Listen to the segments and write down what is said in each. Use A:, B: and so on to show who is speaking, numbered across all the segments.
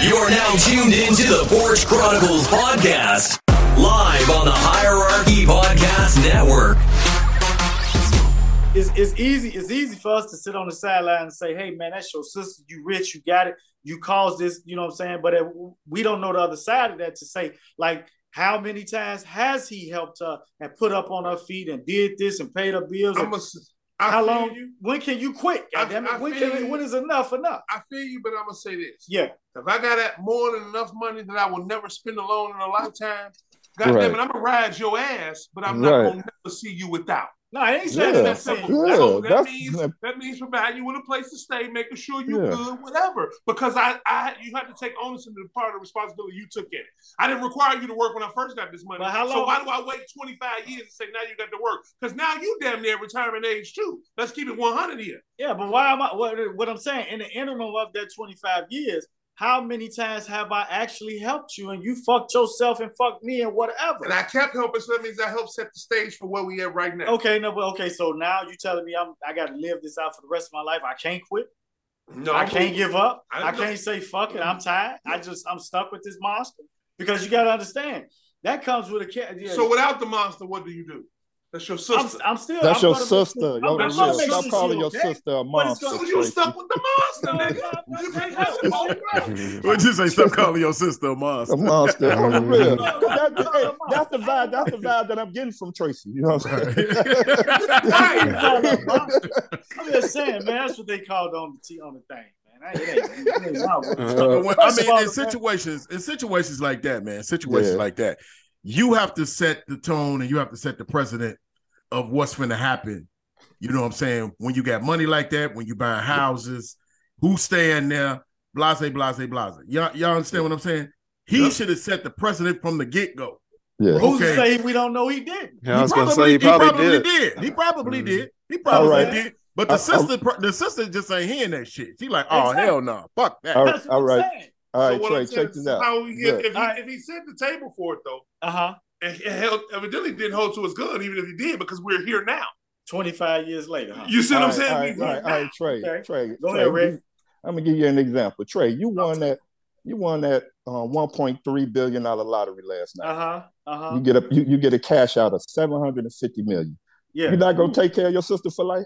A: You're now tuned into the Porch Chronicles podcast, live on the Hierarchy Podcast Network.
B: it's, it's easy it's easy for us to sit on the sideline and say hey man that's your sister you rich you got it you caused this you know what i'm saying but it, we don't know the other side of that to say like how many times has he helped her and put up on her feet and did this and paid her bills and
C: I'm a, I
B: how
C: feel
B: long
C: You.
B: when can you quit
C: I-
B: goddamn it?
C: I
B: when,
C: feel
B: can,
C: you.
B: when is enough enough
C: I feel you, but I'm gonna say this:
B: yeah
C: if I got that more than enough money that I will never spend alone in a lifetime, God damn it,
D: Right.
C: I'm gonna ride your ass, but I'm
D: Right.
C: not gonna never see you without.
B: no i ain't
C: That-
B: saying
D: Yeah.
B: that
C: that's
B: saying
C: simple. That's all.
D: Yeah,
C: that
D: that's-
C: means that means providing you with a place to stay, making sure you
D: Yeah.
C: good, whatever. Because I, I, you have to take onus into the part of the responsibility you took in it. I didn't require you to work when I first got this money.
B: But how
C: So
B: long-
C: why do I wait 25 years and say now you got to work? Because now you damn near retirement age too. Let's keep it 100 here.
B: Yeah, but why am I? What, what I'm saying in the interim of that 25 years, how many times have I actually helped you and you fucked yourself and fucked me and whatever?
C: And I kept helping, so that means I helped set the stage for where we at right now.
B: okay, no, but okay. So now you telling me I'm I got to live this out for the rest of my life. I can't quit.
C: No,
B: I can't give up.
C: I
B: I,
C: know. Mm-hmm.
B: can't say fuck it. I'm tired. I just I'm stuck with this monster because you got to understand that comes with a cat. Yeah,
C: So without the monster, what do you do? That's your
B: I'm,
C: sister.
B: I'm still
D: That's
B: I'm
D: your
B: gonna make-
D: sister. Yo,
B: I'm
C: gonna
D: yeah,
C: make
D: stop
B: sure
D: calling
B: she
D: your
B: okay.
D: sister a
B: But it's
D: monster.
B: gonna-
C: so you stuck with the monster, nigga. You can't have it both ways.
E: Well, just ain't stop calling your sister a
D: a
E: monster.
D: monster. For real.
B: No,
D: That-
B: no,
D: hey,
B: no,
D: that's the
B: no.
D: vibe. That's the vibe that I'm getting from Tracy. You know what I'm saying?
B: I'm not a monster. I'm just saying, man. That's what they called on the t- on the thing, man. That- It ain't, it ain't my word.
E: Uh, when- I
B: First of all,
E: mean, in
B: man.
E: situations, in situations like that, man, situations
D: Yeah.
E: like that, you have to set the tone and you have to set the precedent of what's going to happen. You know what I'm saying? When you got money like that, when you buying houses, who's staying there, blase, blase, blase. Y'all, y'all understand what I'm saying? He
C: Yep.
E: should have set the precedent from the get go.
D: Yeah.
B: Who's
E: Okay.
B: to say we don't know he didn't?
F: Yeah, I was gonna say he probably, did.
E: He probably
F: Mhm.
E: did. He probably
D: right.
E: did. But the
D: I- I-
E: sister, pro- the sister just ain't hearing that shit. She like, oh
B: Exactly.
E: hell no, fuck that.
D: All right,
B: That's what
D: all
B: I'm
D: right.
B: saying.
D: All right,
C: So what
D: Trey,
C: I'm saying
D: check
C: is
D: this out.
C: How he,
D: Yeah.
C: if, he,
B: Alright.
C: if he set the table for it though,
B: Uh huh.
C: and he held, evidently didn't hold to his gun, even if he did, because we're here now.
B: 25 years later. Huh?
C: You see what
D: All
C: I'm
D: right,
C: saying?
D: all
C: We-
D: right,
C: we-
D: all right, all right, Trey,
B: Okay.
D: Trey.
B: Go
D: Trey,
B: ahead, Rick.
D: I'm gonna give you an example. Trey, you won that. You won that uh, 1.3 billion dollar lottery last night.
B: Uh huh. Uh
D: You
B: huh.
D: get a you, you get a cash out of 750 million.
B: Yeah.
D: You're not gonna take care of your sister for life.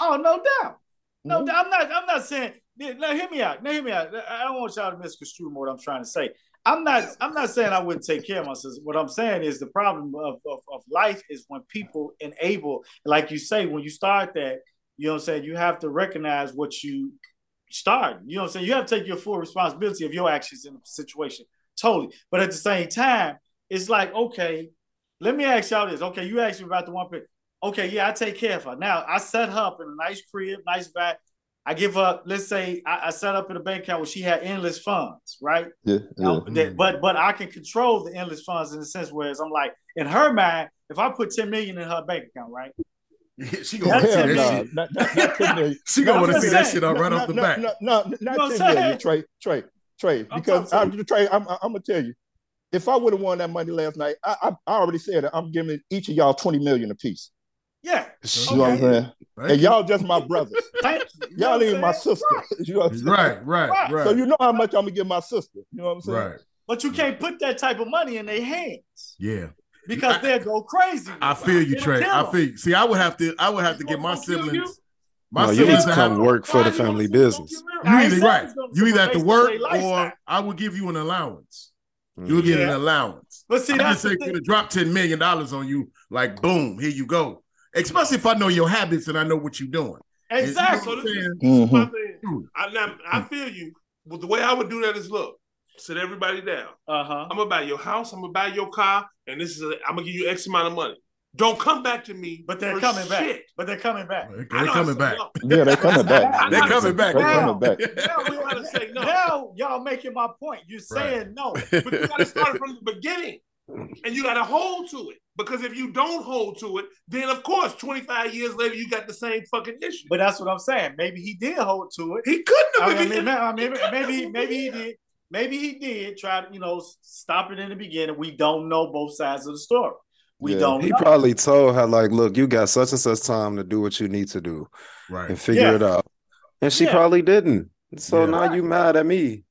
B: Oh, no doubt. No,
D: Mhm.
B: doubt. I'm not. I'm not saying. Now hear me out. Now hear me out. I I don't want y'all to misconstrue what I'm trying to say. I'm not. I'm not saying I wouldn't take care of my sister. What I'm saying is the problem of, of, of life is when people enable, like you say, when you start that, you know what I'm saying. You have to recognize what you start. You know what I'm saying. You have to take your full responsibility of your actions in the situation. Totally. But at the same time, it's like okay, let me ask y'all this. Okay, you asked me about the one pick. Okay, yeah, I take care of her. Now I set her up in a nice crib, nice back. I give her, let's say I, I set up in a bank account where she had endless funds, right?
D: Yeah, yeah.
B: Now,
E: Mm-hmm.
B: that- but but I can control the endless funds in the sense whereas I'm like, in her mind, if I put 10 million in her bank account, right?
E: she
D: Oh,
E: gonna
B: That's
E: see
D: hell
E: that
B: it,
D: nah,
E: shit.
D: not, not, not 10 million.
E: She
B: I'm
E: gonna want to
B: just
E: see that
B: saying.
E: shit out right
D: no,
E: off the
D: no,
E: bat.
D: No,
B: know
D: no, no,
B: what
D: not
B: I'm
D: 10 million,
B: saying?
D: Trey, Trey, Trey.
B: I'm
D: Because I,
B: trying
D: Trey, I'm, I'm gonna tell you, if I would have won that money last night, I, I, I already said it. I'm giving each of y'all 20 million apiece.
B: Yeah.
D: You know what
B: Okay.
D: I'm saying? And y'all just my brothers.
B: Thank you. You know
D: Y'all
B: what I'm
D: ain't my
B: saying?
D: sister. You know what I'm saying?
E: Right, right,
B: Right.
E: right.
D: So you know how much I'm gonna give my sister. You know what I'm saying?
E: right.
B: But you can't put that type of money in their hands
E: Yeah.
B: because
E: I-
B: they'll go crazy. with
E: I
B: it.
E: feel you,
B: It'll
E: Trey.
B: kill
E: I
B: them.
E: feel you. See, I would have to I would have to
C: It's
E: get my
C: gonna kill you.
E: siblings. My
F: No, you need
E: siblings
F: to
E: would have
F: come work for
C: Why
F: the
C: you gonna
F: family
C: sit- don't
F: business.
C: get married?
E: you
B: I ain't
E: either
B: saying
E: right.
B: it's gonna
E: You either have to
B: based on
E: work
B: their
E: or
B: lifestyle.
E: I will give you an allowance.
D: Mm.
E: You'll get an
B: Yeah.
E: allowance.
B: But see,
E: I'm
B: that's
E: just
B: the
E: saying, gonna
B: thing.
E: drop ten million dollars on you, like boom, here you go. Especially if I know your habits and I know what you're doing. And you know what
B: Exactly.
E: I'm saying?
C: My
D: Mhm.
C: thing.
B: Hmm.
C: I, now, I feel you. Well, the way I would do that is look, sit everybody down.
B: Uh huh.
C: I'm gonna buy your house. I'm gonna buy your car, and this is i am I'm gonna give you X amount of money. Don't come back to me.
B: But they're
C: for
B: coming back.
C: shit.
B: But they're coming back.
C: I
E: They're
C: know
E: coming
C: I
E: back.
C: said no.
D: Yeah, they're coming back.
E: They're coming back.
D: They're
B: Now.
D: coming back.
B: Now, we
C: Trying to say no.
B: now y'all making my point. You're saying no.
C: But you gotta start from the beginning, and you gotta hold to it. Because if you don't hold to it, then of course, 25 years later, you got the same fucking issue.
B: But that's what I'm saying. Maybe he did hold to it.
C: He couldn't have.
B: I
C: if
B: mean,
C: he didn't-
B: I mean, maybe, maybe, maybe he did. Maybe he did try to, you know, s- stop it in the beginning. We don't know both sides of the story. We
D: Yeah.
B: don't
F: He
B: know.
F: probably told her, like, look, you got such and such time to do what you need to do
E: Right.
F: and figure
B: Yeah.
F: it out. And she
B: Yeah.
F: probably didn't. So
E: Yeah.
F: now you mad at me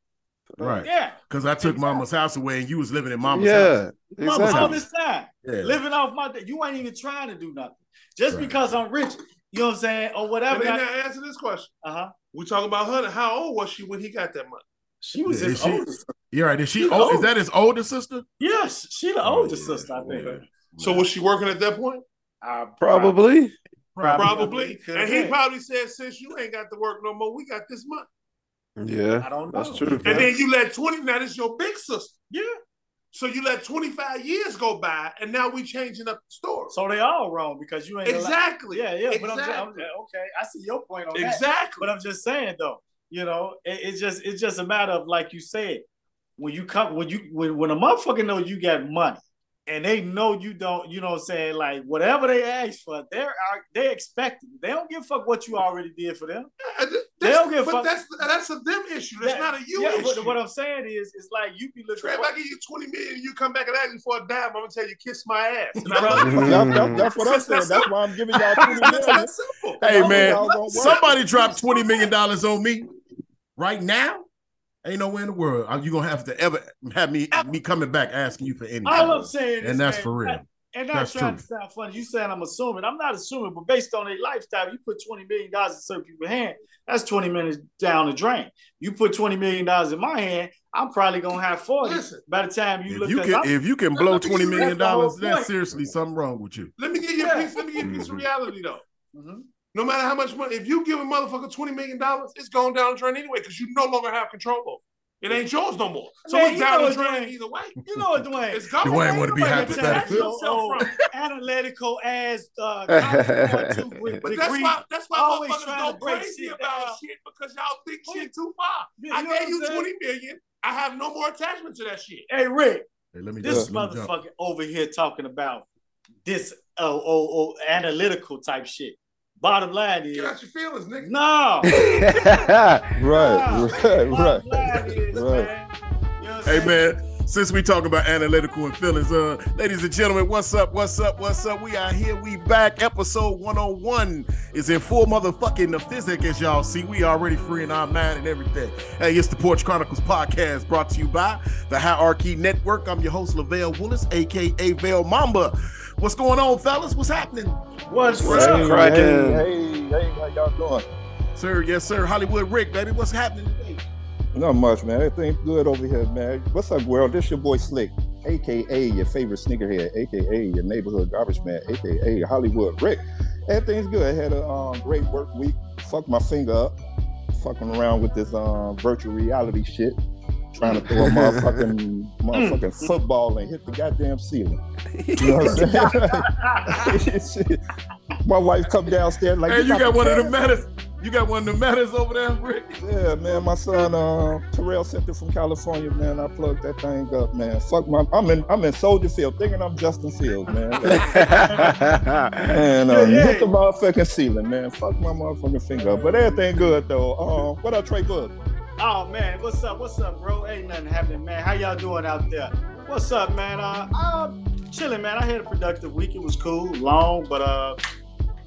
E: Right.
B: Yeah.
E: Because I took mama's house away and you was living in mama's house.
F: Yeah,
B: Mama, all
F: exactly.
B: this time.
E: Yeah.
B: Living off my you ain't even trying to do nothing. Just
E: Right.
B: because I'm rich, you know what I'm saying, or
C: But
B: whatever. Uh-huh.
C: then
B: Uh
C: now answer this question.
B: huh.
C: We talking about her. How old was she when he got that money?
B: She was
E: Yeah,
B: his
E: she-
B: oldest.
E: You're right. Is she
B: She's
E: old? Is
B: old.
E: that his older sister?
B: Yes, she the
E: Oh,
B: oldest
E: yeah.
B: sister, I think.
E: Yeah.
C: So was she working at that point?
B: I
F: Probably.
C: Probably.
B: could
C: And he
B: be.
C: probably said, since you ain't got to work no more, we got this money.
F: Yeah,
B: I don't know.
F: that's true.
C: And then you let 20, now this your big sister.
B: Yeah.
C: So you let 25 years go by, and now we changing up the story.
B: So they all wrong because you ain't allowed-
C: exactly.
B: Yeah, yeah. But I'm, just, I'm
C: Exactly.
B: okay. I see your point on that.
C: Exactly.
B: But I'm just saying though, you know, it, it's just it's just a matter of like you said, when you come when you when, when a motherfucker know you got money and they know you don't, you know what I'm saying, like whatever they ask for, they're out- they expect it. They don't give a fuck what you already did for them.
C: Yeah, th-
B: They
C: that's-
B: don't give a
C: but
B: fuck.
C: that's that's a them issue. That's
B: That-
C: not a you
B: yeah,
C: issue.
B: but what I'm saying is it's like you be looking
C: Trey, if
B: for,
C: I give you 20 million you come back and ask me for a dime, I'm gonna tell you kiss my ass. And I'm
B: Bro,
C: like,
D: That- that- that's what I said. That's why I'm giving y'all twenty
C: that's
D: million.
C: that simple.
E: Hey, man,
D: Y'all gonna work.
E: Somebody dropped twenty million dollars on me right now. Ain't nowhere in the world are you gonna have to ever have me me coming back asking you for anything.
B: all I'm saying is
E: and that's
B: man,
E: for real.
B: I- and not
E: That's
B: trying
E: true.
B: to sound funny. You saying I'm assuming. I'm not assuming, but based on their lifestyle, you put $20 million in certain people's hand, that's 20 minutes down the drain. You put $20 million in my hand, I'm probably gonna have 40
C: Listen.
B: by the time you
E: If
B: look
E: you
B: at
E: can if you can blow
C: That's the
E: twenty million dollars,
B: whole
E: that's
B: point.
E: seriously something wrong with you.
C: Let me give you a piece, let me give you a piece of reality though.
B: Mm-hmm.
C: No matter how much money, if you give a motherfucker twenty million dollars, it's going down the drain anyway because you no longer have control over. it. It ain't yours no more. So
B: Man,
C: it's
B: you
C: down
B: know
C: the
B: it's
C: drain
B: right.
C: either way.
B: You know what, Dwayne?
C: It's going.
E: You ain't wanna be
C: Nobody
E: happy
C: can
E: about
C: take
B: that.
C: yourself from it.
B: Analytical ass uh, college boy too, with
C: But that's
B: degree.
C: why that's why
B: Always
C: motherfuckers
B: trying
C: go
B: to break
C: crazy
B: shit
C: about
B: down.
C: shit because y'all think shit too far.
B: You know
C: I
B: what
C: gave
B: I'm
C: you
B: saying?
C: twenty million. I have no more attachment to that shit.
B: Hey Rick,
E: Hey, let me
B: this
E: just let me jump.
B: motherfucker over here talking about this uh, oh, oh, analytical type shit. Bottom line is,
C: Get out your feelings, nigga.
B: no.
D: Right, right, right.
B: Bottom line is,
D: Right.
B: man, you know what I'm
E: Hey
B: saying?
E: man, since we talking about analytical and feelings, uh, ladies and gentlemen, what's up? What's up? What's up? We out here. We back. Episode 101 is in full motherfucking the physic, as y'all see. We already free in our mind and everything. Hey, it's the Porch Chronicles podcast brought to you by the Hierarchy Network. I'm your host, Lavelle Willis, aka Vale Mamba. What's going on, fellas? What's happening?
B: What's
F: What's
B: up?
D: Hey,
F: cracking?
D: hey, hey, how y'all doing?
E: Sir, yes, sir. Hollywood Rick, baby. What's happening today?
D: Not much, man. Everything's good over here, man. What's up, world? This your boy Slick, aka your favorite sneakerhead, aka your neighborhood garbage man, aka Hollywood Rick. Everything's good. I had a um, great work week. Fucked my finger up. Fucking around with this um, virtual reality shit. Trying to throw a
E: Mm.
D: motherfucking motherfucking football and hit the goddamn ceiling. You know what I'm saying? Shit. my wife come downstairs like
E: hey, you
D: not
E: got one of the
D: prepared?"
E: matters. You got one of the matters over there, Rick.
D: Yeah, man, my son uh, Terrell sent it from California, man. I plugged that thing up, man. Fuck my, I'm in, I'm in Soldier Field, thinking I'm Justin Field, man. Like, man, uh,
B: Yeah, yeah.
D: hit the motherfucking ceiling, man. Fuck my motherfucking finger, up. but everything good though. Um, what up, Trey Book?
B: Oh man, what's up? What's up, bro? Ain't nothing happening, man. How y'all doing out there? What's up, man? Uh, I'm chilling, man. I had a productive week. It was cool, long, but uh,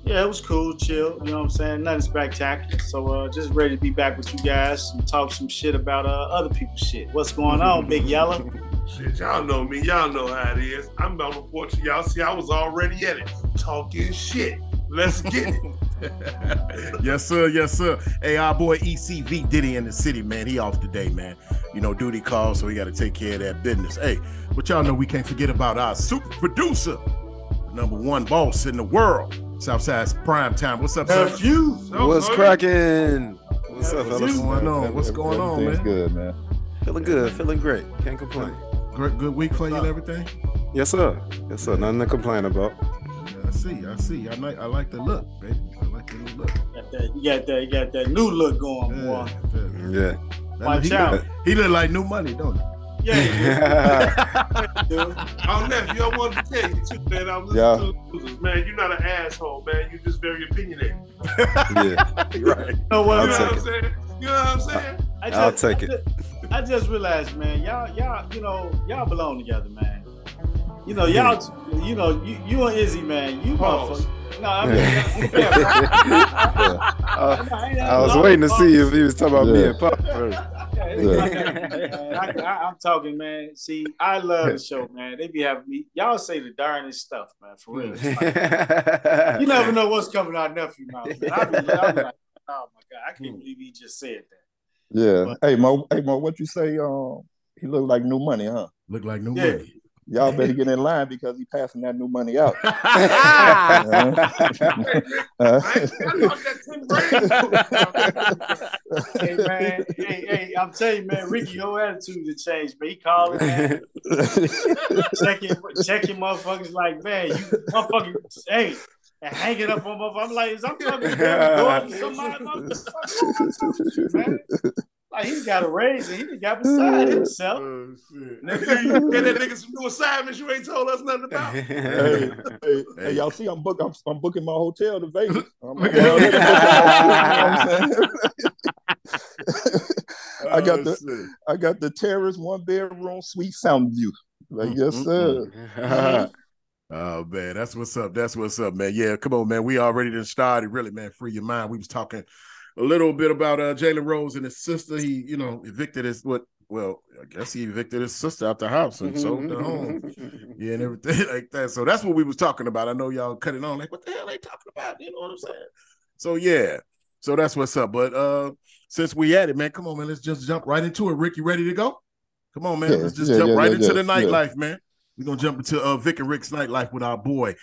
B: yeah, it was cool, chill. You know what I'm saying? Nothing spectacular. So uh, just ready to be back with you guys and talk some shit about uh other people's shit. What's going on, Big Yellow?
C: Shit, y'all know me. Y'all know how it is. I'm on the porch. Y'all see, I was already at it, talking shit. Let's get it.
E: yes, sir. Yes, sir. Hey, our boy E ECV Diddy in the city, man. He off today, man. You know, duty calls, so we got to take care of that business. Hey, but y'all know we can't forget about our super producer, the number one boss in the world, Southside's Prime Time. What's up, sir?
C: Confused. Oh,
F: What's
C: oh,
F: cracking? What's up,
E: What's
F: fellas?
E: going on? What's going on,
D: Everything's
E: man?
D: good, man.
F: Feeling good, feeling great. Can't complain.
E: Good, good week for you and everything.
F: Yes, sir. Yes, sir. Nothing to complain about.
E: Yeah, I see. I see. I like. I like the look, baby. I like the new look.
B: Got that, you got that, you got that new look going, boy.
E: Yeah,
F: Yeah.
E: yeah.
B: Watch
E: he
B: out.
E: Look, he look like new money, don't he?
B: Yeah, dude.
C: Oh, nephew, I wanted to tell you too, man. I'm listening
D: Yeah.
C: to the losers, man. You're not an asshole, man. You're just very opinionated. You
F: yeah.
E: right.
B: You know what?
C: know what
F: I'll take
C: I'm
F: it.
C: saying? You know what I'm saying?
B: I
F: I'll take
B: I
F: it.
B: Just, I just realized, man, y'all, y'all, you know, y'all belong together, man. You know, y'all, you know, you, you and Izzy, man, you
C: Pause.
B: motherfucker. No, I mean, yeah,
F: I,
B: I ain't-
F: I was
B: I'm
F: waiting to
B: not-
F: see if he was talking about me
D: Yeah.
F: and Pop first.
B: Yeah, I, I, I'm talking, man. See, I love the show, man. They be having me. Y'all say the darndest stuff, man. For real. It's like, you never know what's coming out of nephew mouth. man. I be, I be like, oh my god, I can't believe he just said that.
D: Yeah. Hey Mo, hey Mo, what you say? Um, he look like new money, huh?
E: Look like new
B: Yeah.
E: money.
D: Y'all better get in line because he passing that new money out. Uh-huh. Uh,
C: I ain't- I lost that 10
B: Hey
C: grand.
B: man, hey, hey, I'm telling you, man, Ricky, your attitude has changed, man. He calling, man, checking, checking motherfuckers like, man, you motherfucking, hey, and hanging up on motherfuckers. I'm like, is I'm talking to them, going to somebody, motherfucker, man. Like he got a raise and he done got beside himself.
C: Oh, shit. Nephew, you get that nigga some new assignments you ain't told us nothing about.
D: hey, hey, hey, y'all see, I'm book, I'm, I'm booking my hotel to Vegas. I'm, I'm already booking my hotel, you know what I'm saying? I got the I got the terrace one bedroom suite fountain view. Like
E: Mm,
D: yes sir.
E: Oh man, that's what's up. That's what's up, man. Yeah, come on, man. We already done started. Really, man. Free your mind. We was talking a little bit about uh Jalen Rose and his sister. He, you know, evicted his what well, I guess he evicted his sister out the house
F: Mm-hmm,
E: and sold the home. Yeah, and everything like that. So that's what we was talking about. I know y'all cut it on, like, what the hell they talking about? You know what I'm saying? So yeah. So that's what's up. But uh since we at it, man, come on, man. Let's just jump right into it. Rick, you ready to go? Come on, man.
D: Yeah,
E: let's just
D: yeah,
E: jump
D: yeah,
E: right
D: yeah,
E: into the
D: yeah, yeah.
E: nightlife, man. We're gonna jump into uh Vic and Rick's nightlife with our boy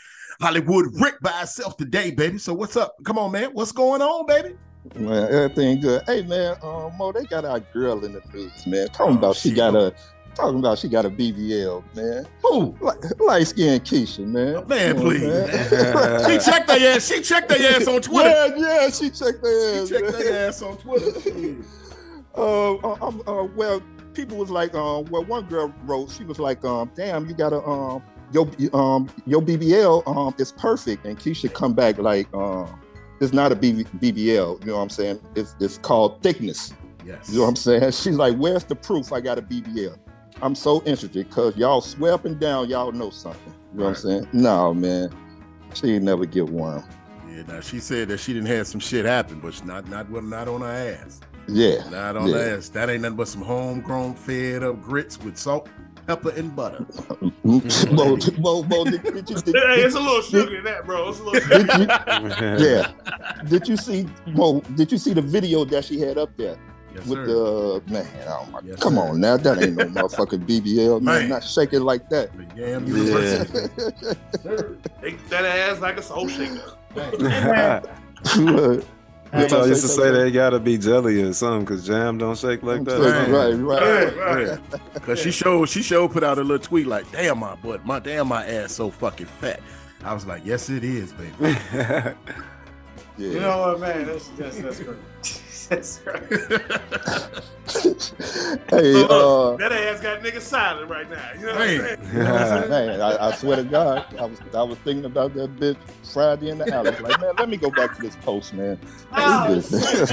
E: Hollywood Rick by himself today, baby. So what's up? Come on, man. What's going on, baby?
D: Man, everything good. Hey man, um, Mo, they got our girl in the news, man. Talking
E: Oh,
D: about she
E: shit.
D: got a talking about she got a BBL, man.
E: Who?
D: Light skinned Keisha, man.
E: Oh, Man,
D: Come on,
E: please.
D: man.
E: She checked their ass. She checked their ass on
D: yeah,
E: Twitter.
D: yeah, she checked her
E: She
D: ass.
E: checked
D: man.
E: their ass on Twitter.
D: uh, uh, um, uh, well, people was like, um, well, one girl wrote, she was like, um, damn, you gotta, um, your, um, your BBL, um, is perfect, and Keisha come back like, um, it's not a BB- BBL, you know what I'm saying? It's it's called thickness,
E: Yes.
D: you know what I'm saying? She's like, where's the proof I got a BBL? I'm so interested because y'all swear up and down, y'all know something. You know what I'm saying? No, man, she ain't never get one.
E: Yeah, now she said that she didn't have some shit happen, but she not not well, not on her ass.
D: Yeah,
E: Not on
D: Yeah.
E: her ass. That ain't nothing but some homegrown fed up grits with salt, pepper, and butter.
D: Mo, Mo, Mo, did, did you, did,
C: Hey, it's a little sugar in that, bro. It's a little sugar.
D: did you,
F: Mm-hmm.
D: yeah. Did you see? Well, did you see the video that she had up there
E: Yes,
D: with
E: sir.
D: the man? Oh my!
E: Yes,
D: come
E: sir.
D: on now, that ain't no motherfucking BBL. Man,
E: Man.
D: not shaking like that.
E: The Yam
F: Yeah.
E: University.
C: They get that ass like it's a whole shaker.
E: Hey,
D: Look,
F: I
D: Yeah,
F: told used to
D: say
F: say
D: something.
F: they gotta be jelly or something, cause jam don't shake like that.
E: Man.
D: right, right.
E: yeah. Cause she showed she showed put out a little tweet like, damn my butt, my damn my ass so fucking fat. I was like, yes it is, baby.
D: Yeah.
B: You know what, man? That's that's that's great. that's great.
D: hey, uh,
C: Look, That ass got niggas silent right now. You know what I'm
E: Hey.
C: saying?
D: uh, man, I, I swear to God, I was I was thinking about that bitch Friday in the alley. Like, man, let me go back to this post, man.
B: Oh,
D: This bitch-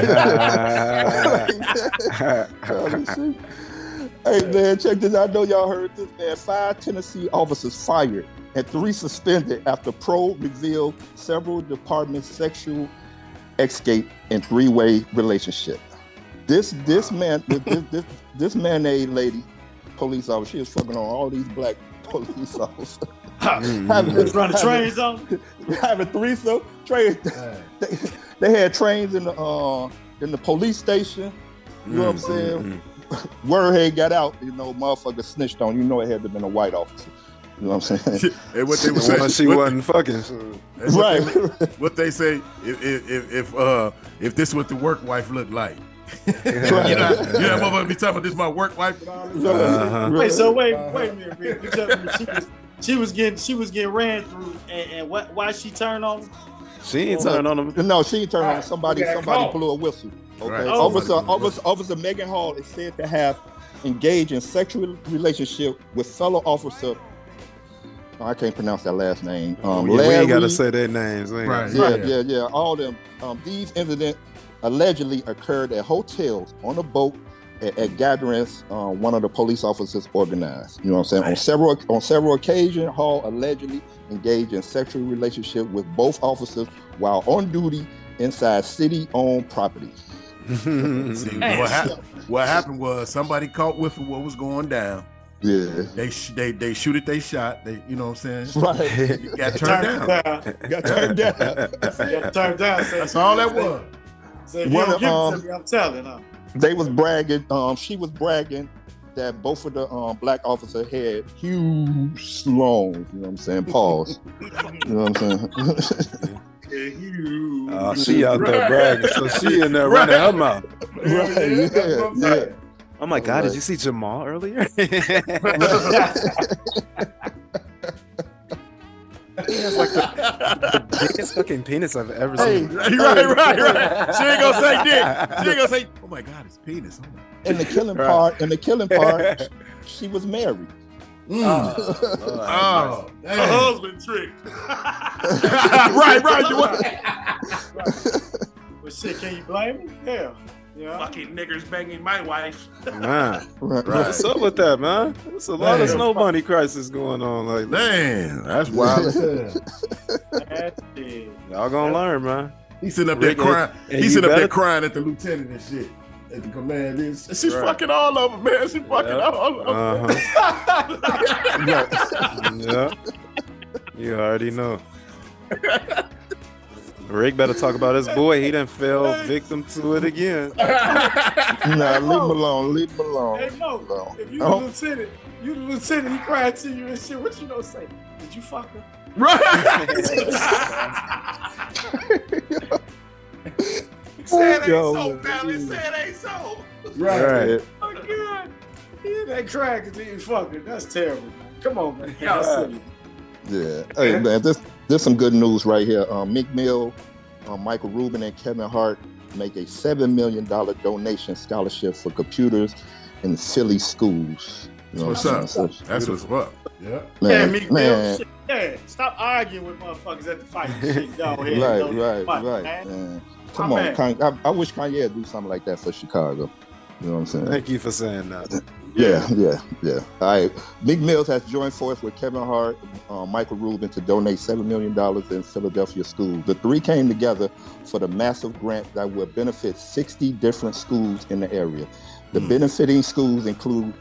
D: Holy shit. hey man, check this. out. I know y'all heard this, man. Five Tennessee officers fired and three suspended after probe revealed several departments sexual escape and three-way relationship. This this man this this, this man a lady police officer. She was fucking on all these black police officers.
B: Let's Oh, run the trains on.
D: having threesome trains. They, they had trains in the uh, in the police station. You know what I'm
F: Mm-hmm.
D: saying? Word had got out, you know, motherfucker snitched on. You know, it had to been a white officer. You know what I'm saying?
E: and what they were saying,
F: Well, she
E: what-
F: wasn't fucking.
E: that's what they-
D: right.
E: what they say if if if, if uh if this what the work wife looked like. you know, you know that motherfucker be talking about this my work wife and all this.
F: Uh-huh.
B: Wait, so wait, wait a minute. Rick. You telling me she was, she was getting she was getting ran through, and, and what, why she turned on?
F: She ain't turned on him.
D: No, she ain't turned on
B: Right.
D: somebody.
B: Okay,
D: Somebody
B: call.
D: blew a whistle. Okay.
E: Right.
B: Oh.
D: Officer,
E: Somebody blew a
D: officer, officer Megan Hall is said to have engaged in sexual relationship with fellow officer. oh, I can't pronounce that last name. Um,
F: we ain't gotta
D: Larry-
F: say their names. we ain't gotta-
E: Right.
D: Yeah,
E: Yeah.
D: yeah, yeah. All them. Um, these incidents allegedly occurred at hotels, on a boat, at, at gatherings. Uh, one of the police officers organized. You know what I'm saying? On several on several occasions, Hall allegedly engaged in sexual relationship with both officers while on duty inside city-owned property.
F: Mm-hmm.
E: See,
B: Hey.
E: what, hap- what happened was somebody caught with what was going down.
D: Yeah.
E: They sh- they they shoot it, they shot. They you know what I'm saying?
D: Right.
E: It got turned
B: Turn it
E: down.
B: down.
D: Got turned down.
B: Yeah, turn it down. Say,
E: That's all that was.
B: Say, if you
D: One
B: don't
D: of,
B: give it
D: um,
B: to me, I'm telling. Huh?
D: they was bragging. Um, she was bragging that both of the um, black officer had huge loans. You know what I'm saying? Pause. you know what I'm saying?
F: Uh, she out there bragging, so she in there running her mouth.
D: right. Yeah. yeah.
F: Oh my God,
D: Right.
F: did you see Jamal earlier? It's like the biggest fucking penis I've ever
D: Hey,
F: seen.
E: Right, right, right, right. She ain't gonna say dick. She ain't gonna say, oh my God, it's penis. Oh my-
D: and the killing
F: Right.
D: part. And the killing part. she was married.
E: Mm.
F: Oh,
E: Oh,
C: The
E: damn.
C: husband trick.
E: right, right. You want-
B: But shit, can you blame me? Hell, yeah.
C: Fucking niggers banging my wife.
F: man.
D: Right.
F: Oh. What's up with that, man? There's a lot of
E: Damn.
F: snow bunny crisis going on lately.
E: Damn, that's wild. as hell.
B: That's it.
F: Y'all gonna learn, man.
E: He's sitting up there
F: Rick,
E: crying.
F: and- and
E: He's
F: you
E: sitting up there
F: better-
E: crying at the lieutenant and shit. At the command is she's
F: Right.
E: fucking all over, man. She's fucking
F: Yeah.
E: all over.
F: Uh huh. yeah. You already know. Rick better talk about his boy. He done fell victim to it again.
D: Nah, leave him alone. Leave him
B: Hey
D: alone.
B: Mo,
D: No.
B: if you the
D: No.
B: lieutenant, you the lieutenant, he cried to you and shit. What you gonna say? Did you fuck her?
C: Said ain't
D: Yo,
C: so,
D: man.
C: pal. It said ain't so.
F: Right.
B: Oh god, yeah, that cried because you didn't fuck her. That's terrible. Man. Come on, man. Y'all silly.
D: Yeah. Hey man, this there's some good news right here. Um, Meek Mill, um, Michael Rubin, and Kevin Hart make a seven million dollar donation scholarship for computers in Philly schools. You
E: What's
D: what I'm
E: up?
D: saying?
E: That's what's up. Yeah.
B: Yeah,
D: So, man,
B: Meek Mill,
D: man,
B: shit. Yeah, stop arguing with motherfuckers at the fight. Shit, go ahead.
D: right,
B: Don't
D: right,
B: fight,
D: right.
B: man.
D: man. Come
B: My
D: on,
B: man.
D: Kanye, I, I wish Kanye would do something like that for Chicago. You know what I'm saying?
F: Thank you for saying that.
D: Yeah, yeah, yeah. All right. Meek Mills has joined forces with Kevin Hart, uh, Michael Rubin to donate $7 million in Philadelphia schools. The three came together for the massive grant that will benefit 60 different schools in the area. The
E: Hmm.
D: benefiting schools include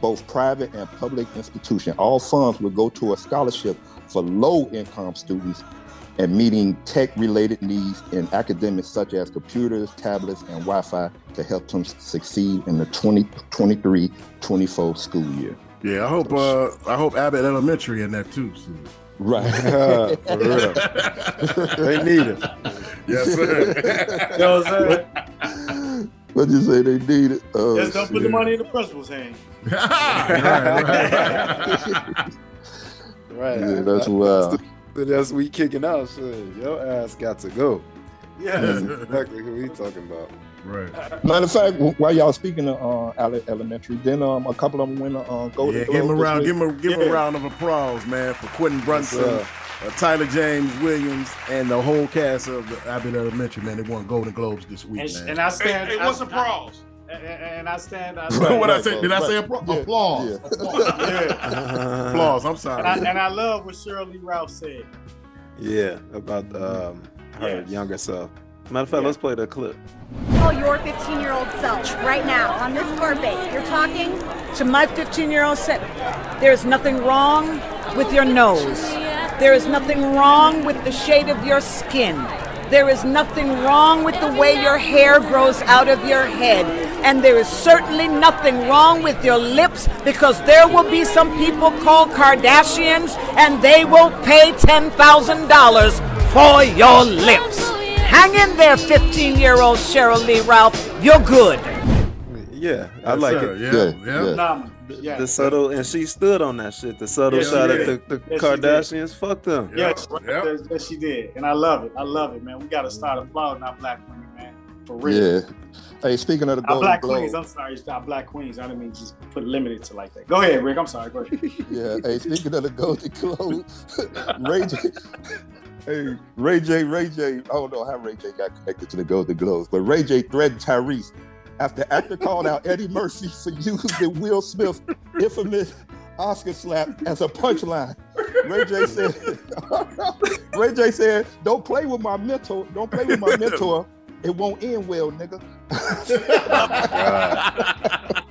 D: both private and public institutions. All funds will go to a scholarship for low income students and meeting tech related needs in academics such as computers, tablets, and Wi Fi to help them succeed in the 2023 24 school year.
E: Yeah, I hope uh I hope Abbott Elementary in that too. Soon.
D: Right.
F: Yeah, for real. They need it.
E: Yes,
B: You
E: sir.
B: know what I'm saying?
D: what you say they need it? Oh,
B: Just don't put the
D: shit.
B: money in the principal's hand.
E: Right, right, right.
F: Right.
D: Yeah, that's wild.
F: Then that's we kicking out. Shit, your ass got to go.
E: Yes.
F: Exactly who we talking about.
E: Right.
D: Matter of fact, while y'all speaking of uh, Ale- Elementary, then um, a couple of them went uh, Golden
E: Yeah, give
D: Globe
E: him a
D: this
E: round.
D: week.
E: Give him a give him
B: Yeah.
E: a round of applause, man, for Quentin Brunson,
F: sir.
E: uh, Tyler James Williams, and the whole cast of the Abbott Elementary. Man, they won Golden Globes this week,
B: And,
E: man.
B: and I
C: Hey,
B: stand.
C: hey,
B: I-
C: what's the
B: I-
C: pros?
B: And, and I stand. I
E: What
B: stand.
E: I say? Did I say appra-
D: Yeah,
E: applause?
D: yeah.
E: Applause.
B: yeah.
E: Applause. I'm
B: And I,
E: sorry.
B: and I love what Shirley Ralph said.
F: yeah, about um, her
B: Yes.
F: younger self. Matter of fact,
B: Yeah.
F: let's play the clip.
G: Call your 15 year old self right now on this carpet. You're talking
H: to my 15 year old said, There is nothing wrong with your nose. There is nothing wrong with the shade of your skin. There is nothing wrong with the way your hair grows out of your head. And there is certainly nothing wrong with your lips because there will be some people called Kardashians and they will pay $10,000 for your lips. Hang in there, 15 year old Cheryl Lee Ralph. You're good.
F: Yeah, I like
E: Sir,
F: it.
D: Yeah,
E: Yeah, yeah.
D: yeah.
B: Phenomenal. Yeah.
F: The subtle, and she stood on that shit. The subtle
B: Yes, she
F: shot at
B: did.
F: the, the
B: Yes, she did.
F: Kardashians. Fuck them.
B: Yes,
E: Yep,
B: right.
E: yep.
B: yes, she did, and I love it. I love it, man. We got to start applauding our black women, man, for real.
D: Yeah. Hey, speaking of the
B: Our
D: Golden
B: black
D: Globe,
B: queens. I'm sorry, it's our black queens. I didn't mean just put limited to like that. Go ahead, Rick. I'm sorry. Go ahead.
D: Yeah, hey, speaking of the Golden Globes, Ray J, hey, Ray J, Ray J, I don't know how Ray J got connected to the Golden Globes, but Ray J threatened Tyrese after actor called out Eddie Murphy for using Will Smith's infamous Oscar slap as a punchline. Ray J said, Ray J said, don't play with my mentor, don't play with my mentor. It won't end well, nigga.
E: Oh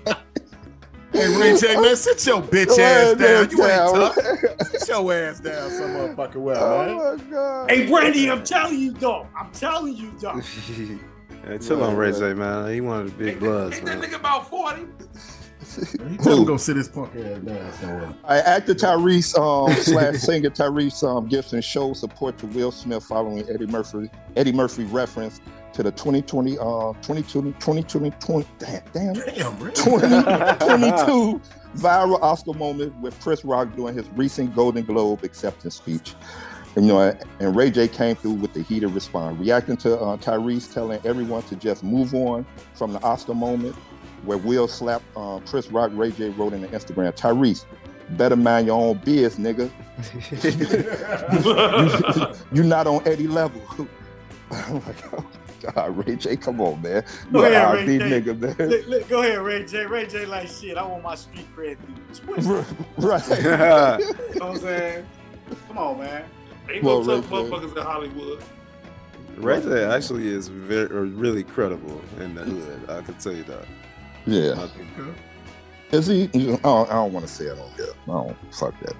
E: Hey, Ray J, man, sit your bitch ass down. You ain't tough. Sit your ass down some motherfucking well, man.
D: Oh my god.
B: Hey, Brandy, I'm telling you, though. I'm telling you, though.
F: hey, chill on Ray J, man. He one of the big bloods,
C: Ain't that
F: man.
C: nigga about 40?
E: He told him to go sit his punk ass down somewhere.
D: All right, actor Tyrese um, slash singer Tyrese um, Gibson shows support to Will Smith following Eddie Murphy Eddie Murphy reference to the 2020 uh 22 2020 20, damn, damn
E: Damn, Ray.
D: 2022 viral Oscar moment with Chris Rock doing his recent Golden Globe acceptance speech. And, you know, and Ray J came through with the heated response, reacting to uh, Tyrese telling everyone to just move on from the Oscar moment, where Will slapped uh, Chris Rock. Ray J wrote in the Instagram, Tyrese, better mind your own biz, nigga. You're not on Eddie level. I'm like, oh my God, Ray J, come on, man.
B: Go
D: You an
B: ahead, Ray
D: R&B
B: J.
D: nigga, man.
B: Look, look, go ahead, Ray J. Ray J. Like shit. I want my street cred through Twitter. You
D: right.
B: know what I'm saying? Come on, man.
C: Ain't
D: Well,
C: no tough
D: Ray J.
C: motherfuckers in Hollywood.
F: Ray J actually is very, or really credible in the hood. I can tell you that.
D: Yeah.
F: I think-
D: Is he? you know, I don't, I don't want to say it on here. I don't fuck that.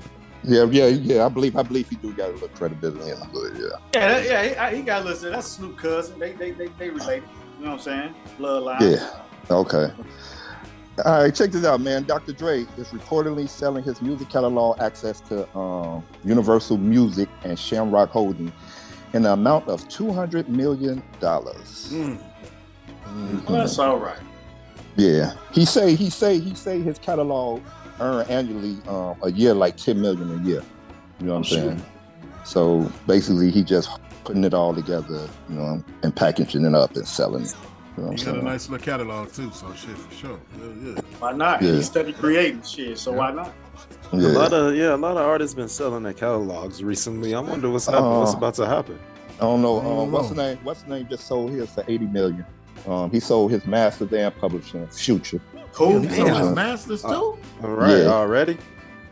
D: Yeah, yeah, yeah. I believe, I believe he do got a little credibility in the hood. Yeah,
B: Yeah, that, yeah. He, I- he got listen. That's Snoop cousin. They they they, they related. You know what I'm saying? Bloodline.
D: yeah. Okay. All right, check this out, man. Dr. Dre is reportedly selling his music catalog access to um, Universal Music and Shamrock Holding in the amount of two hundred million dollars.
E: Mm.
B: Well, that's all right.
D: Yeah, he say he say he say his catalog earn annually um, a year like ten million a year. You know what I'm saying? So basically, he just putting it all together, you know, and packaging it up and selling it. You know
E: He
D: what
E: got a
D: I'm saying?
E: nice little catalog too, so shit for sure. Yeah, yeah.
B: Why not?
D: Yeah.
B: He studied creating shit, so why not?
F: A
D: Yeah.
F: lot of yeah, a lot of artists been selling their catalogs recently. I wonder what's happening. what's
D: Uh,
F: about to happen?
D: I don't know.
E: I don't
D: Um, what's the
E: know.
D: name? What's the name? Just sold his for eighty million. Um, he sold his masters and publishing Future.
B: Cool.
E: He sold his
F: Damn.
E: masters
F: Uh,
E: too.
F: All right,
D: Yeah.
F: already.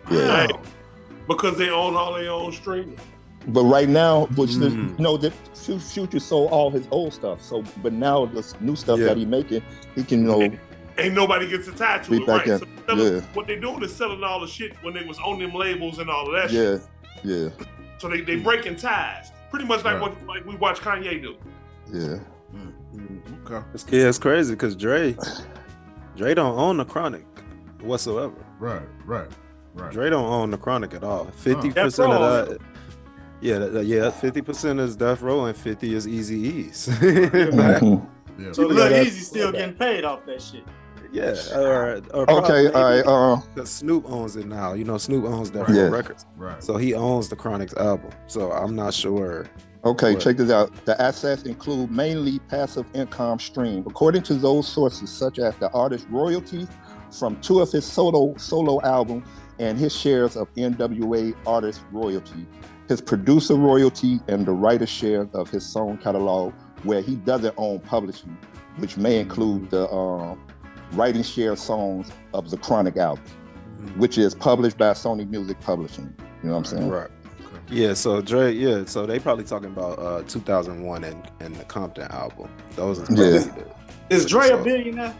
D: Yeah.
E: Wow.
C: Because they own all their own streaming.
D: But right now, which the, you
F: Mm.
D: know, the Fu- Future sold all his old stuff. So, but now this new stuff
F: Yeah.
D: that he making, he can you know
C: Ain't nobody gets attached to
D: We
C: it,
D: back
C: right?
D: in.
C: So selling-
D: Yeah.
C: What they doing is selling all the shit when they was on them labels and all of that shit.
D: Yeah, yeah,
C: So they, they breaking ties. Pretty much like
E: Right.
C: what like we watch Kanye do.
D: yeah.
E: Mm, Okay.
F: It's, yeah, it's crazy because Dre, Dre don't own the Chronic whatsoever.
E: Right, right, right.
F: Dre don't own the Chronic at all. Fifty
B: Death
F: percent
B: Row
F: of
B: owns
F: that. Yeah, that- that- yeah. Fifty percent is Death Row and fifty is Easy E's.
D: Mhm.
E: Yeah.
B: So
F: People
B: look,
F: gotta-
B: Easy still getting paid off that shit.
F: yeah. Or, or
D: Okay,
F: probably-
D: all right. Uh,
F: 'cause Snoop owns it now. You know, Snoop owns Death
D: Yeah.
F: Row Records,
E: right.
F: so he owns the Chronic's album. So I'm not sure.
D: okay,
F: What?
D: check this out. The assets include mainly passive income stream, according to those sources, such as the artist royalties from two of his solo solo album and his shares of NWA artist royalty, his producer royalty, and the writer share of his song catalog, where he doesn't own publishing, which may include the uh, writing share songs of the Chronic album. which is published by Sony Music Publishing. You know what I'm saying?
F: Right. Yeah, so Dre, yeah, so they probably talking about uh 2001 and, and the Compton album. Those is probably
D: Yeah.
F: the-
B: Is Dre a
F: so-
B: billionaire?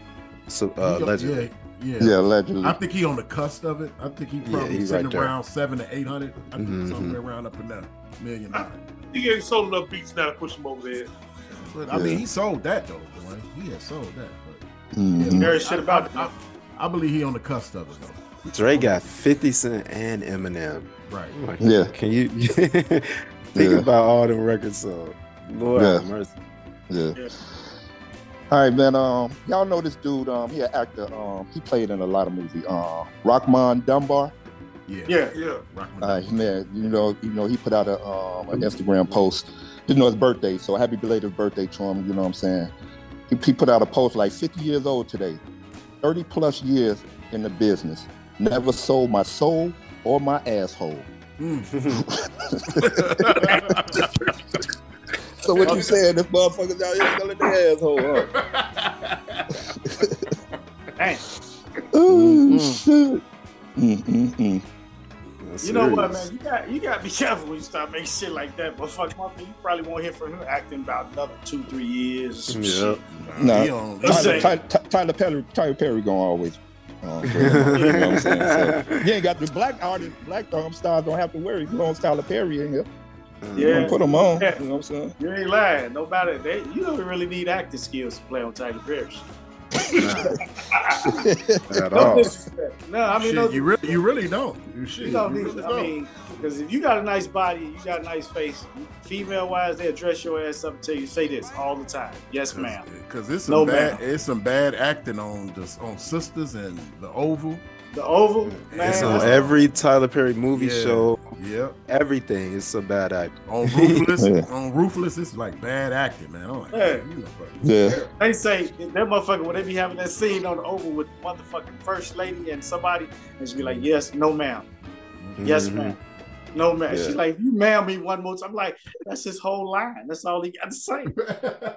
F: So, uh,
E: He-
F: legend.
E: Yeah, yeah.
D: Yeah, allegedly.
E: I think he on the cusp of it. I think he
F: Yeah,
E: probably
F: he
E: sitting
F: right there.
E: around seven to eight hundred. I think
F: Mhm,
E: somewhere around up in that million. dollar.
C: He ain't sold enough beats now to push him over there.
E: But I
D: Yeah.
E: mean, he sold that though. Boy. He had sold that. But
F: Mm-hmm.
D: Mhm.
B: Very shit about
E: I, I, I believe he on the cusp of it though.
F: Dre got 50 Cent and Eminem.
E: Right.
F: I'm Like,
D: Yeah.
F: Can you think
D: Yeah.
F: about all them records? So, Lord
D: Yeah.
F: have mercy.
D: Yeah.
B: Yeah.
D: All right, man. Um, y'all know this dude. Um, he an actor. Um, he played in a lot of movies. Um, Rockman Dunbar.
E: Yeah.
B: Yeah.
C: Yeah.
E: Rockman.
D: Uh, he- man, you know, you know, he put out a um an Instagram post. You know, his birthday. So happy belated birthday to him. You know what I'm saying? He, he put out a post like 50 years old today, 30 plus years in the business. Never sold my soul or my asshole.
E: Mm,
D: So what you saying? This motherfuckers out here selling their asshole, huh?
B: Dang.
D: Mm-hmm. Oh shit. Mm-mm-mm.
F: That's
B: You know what, man?
F: serious.
B: You got you got to be careful when you start making shit like that. But fuck, my man, you probably won't hear from him acting about another two, three years. or some
F: Yeah.
B: shit.
D: No,
E: He on-
B: Let's say-
D: Tyler, Tyler, Tyler Perry, Tyler Perry gonna always. Um, you know what I'm saying? So, you ain't got the black artists, black um, stars don't have to worry as long as Tyler Perry in here. You
B: Yeah.
D: gonna put them on.
B: Yeah.
D: You know what I'm saying?
B: You ain't lying. Nobody, they, you don't really need acting skills to play on Tiger Perry.
F: At
B: No
F: all.
B: disrespect. No, I mean,
E: Shit,
B: no,
E: you really, you really don't. You, shit,
B: you don't
E: you
B: need.
E: really
B: I mean, because if you got a nice body, you got a nice face. Female wise, they dress your ass up until you say this all the time. Yes, ma'am.
E: because it's some
B: No,
E: bad,
B: ma'am.
E: it's some bad acting on this on sisters and the Oval.
B: The Oval, man.
E: It's
F: It's
B: that's-
F: on every Tyler Perry movie
E: Yeah.
F: show.
E: Yep,
F: Everything is a bad act.
E: on ruthless,
D: Yeah.
E: on ruthless, it's like bad acting, man. I'm like,
B: Yeah.
E: you know, bro.
D: Yeah.
B: They say that motherfucker when they be having that scene on the Oval with the motherfucking first lady and somebody, and she be like, "Yes, no, ma'am. Yes,
F: Mhm.
B: ma'am. No, ma'am."
F: Yeah.
B: She's like, "You ma'am me one more time." I'm like, "That's his whole line. That's all he got to say."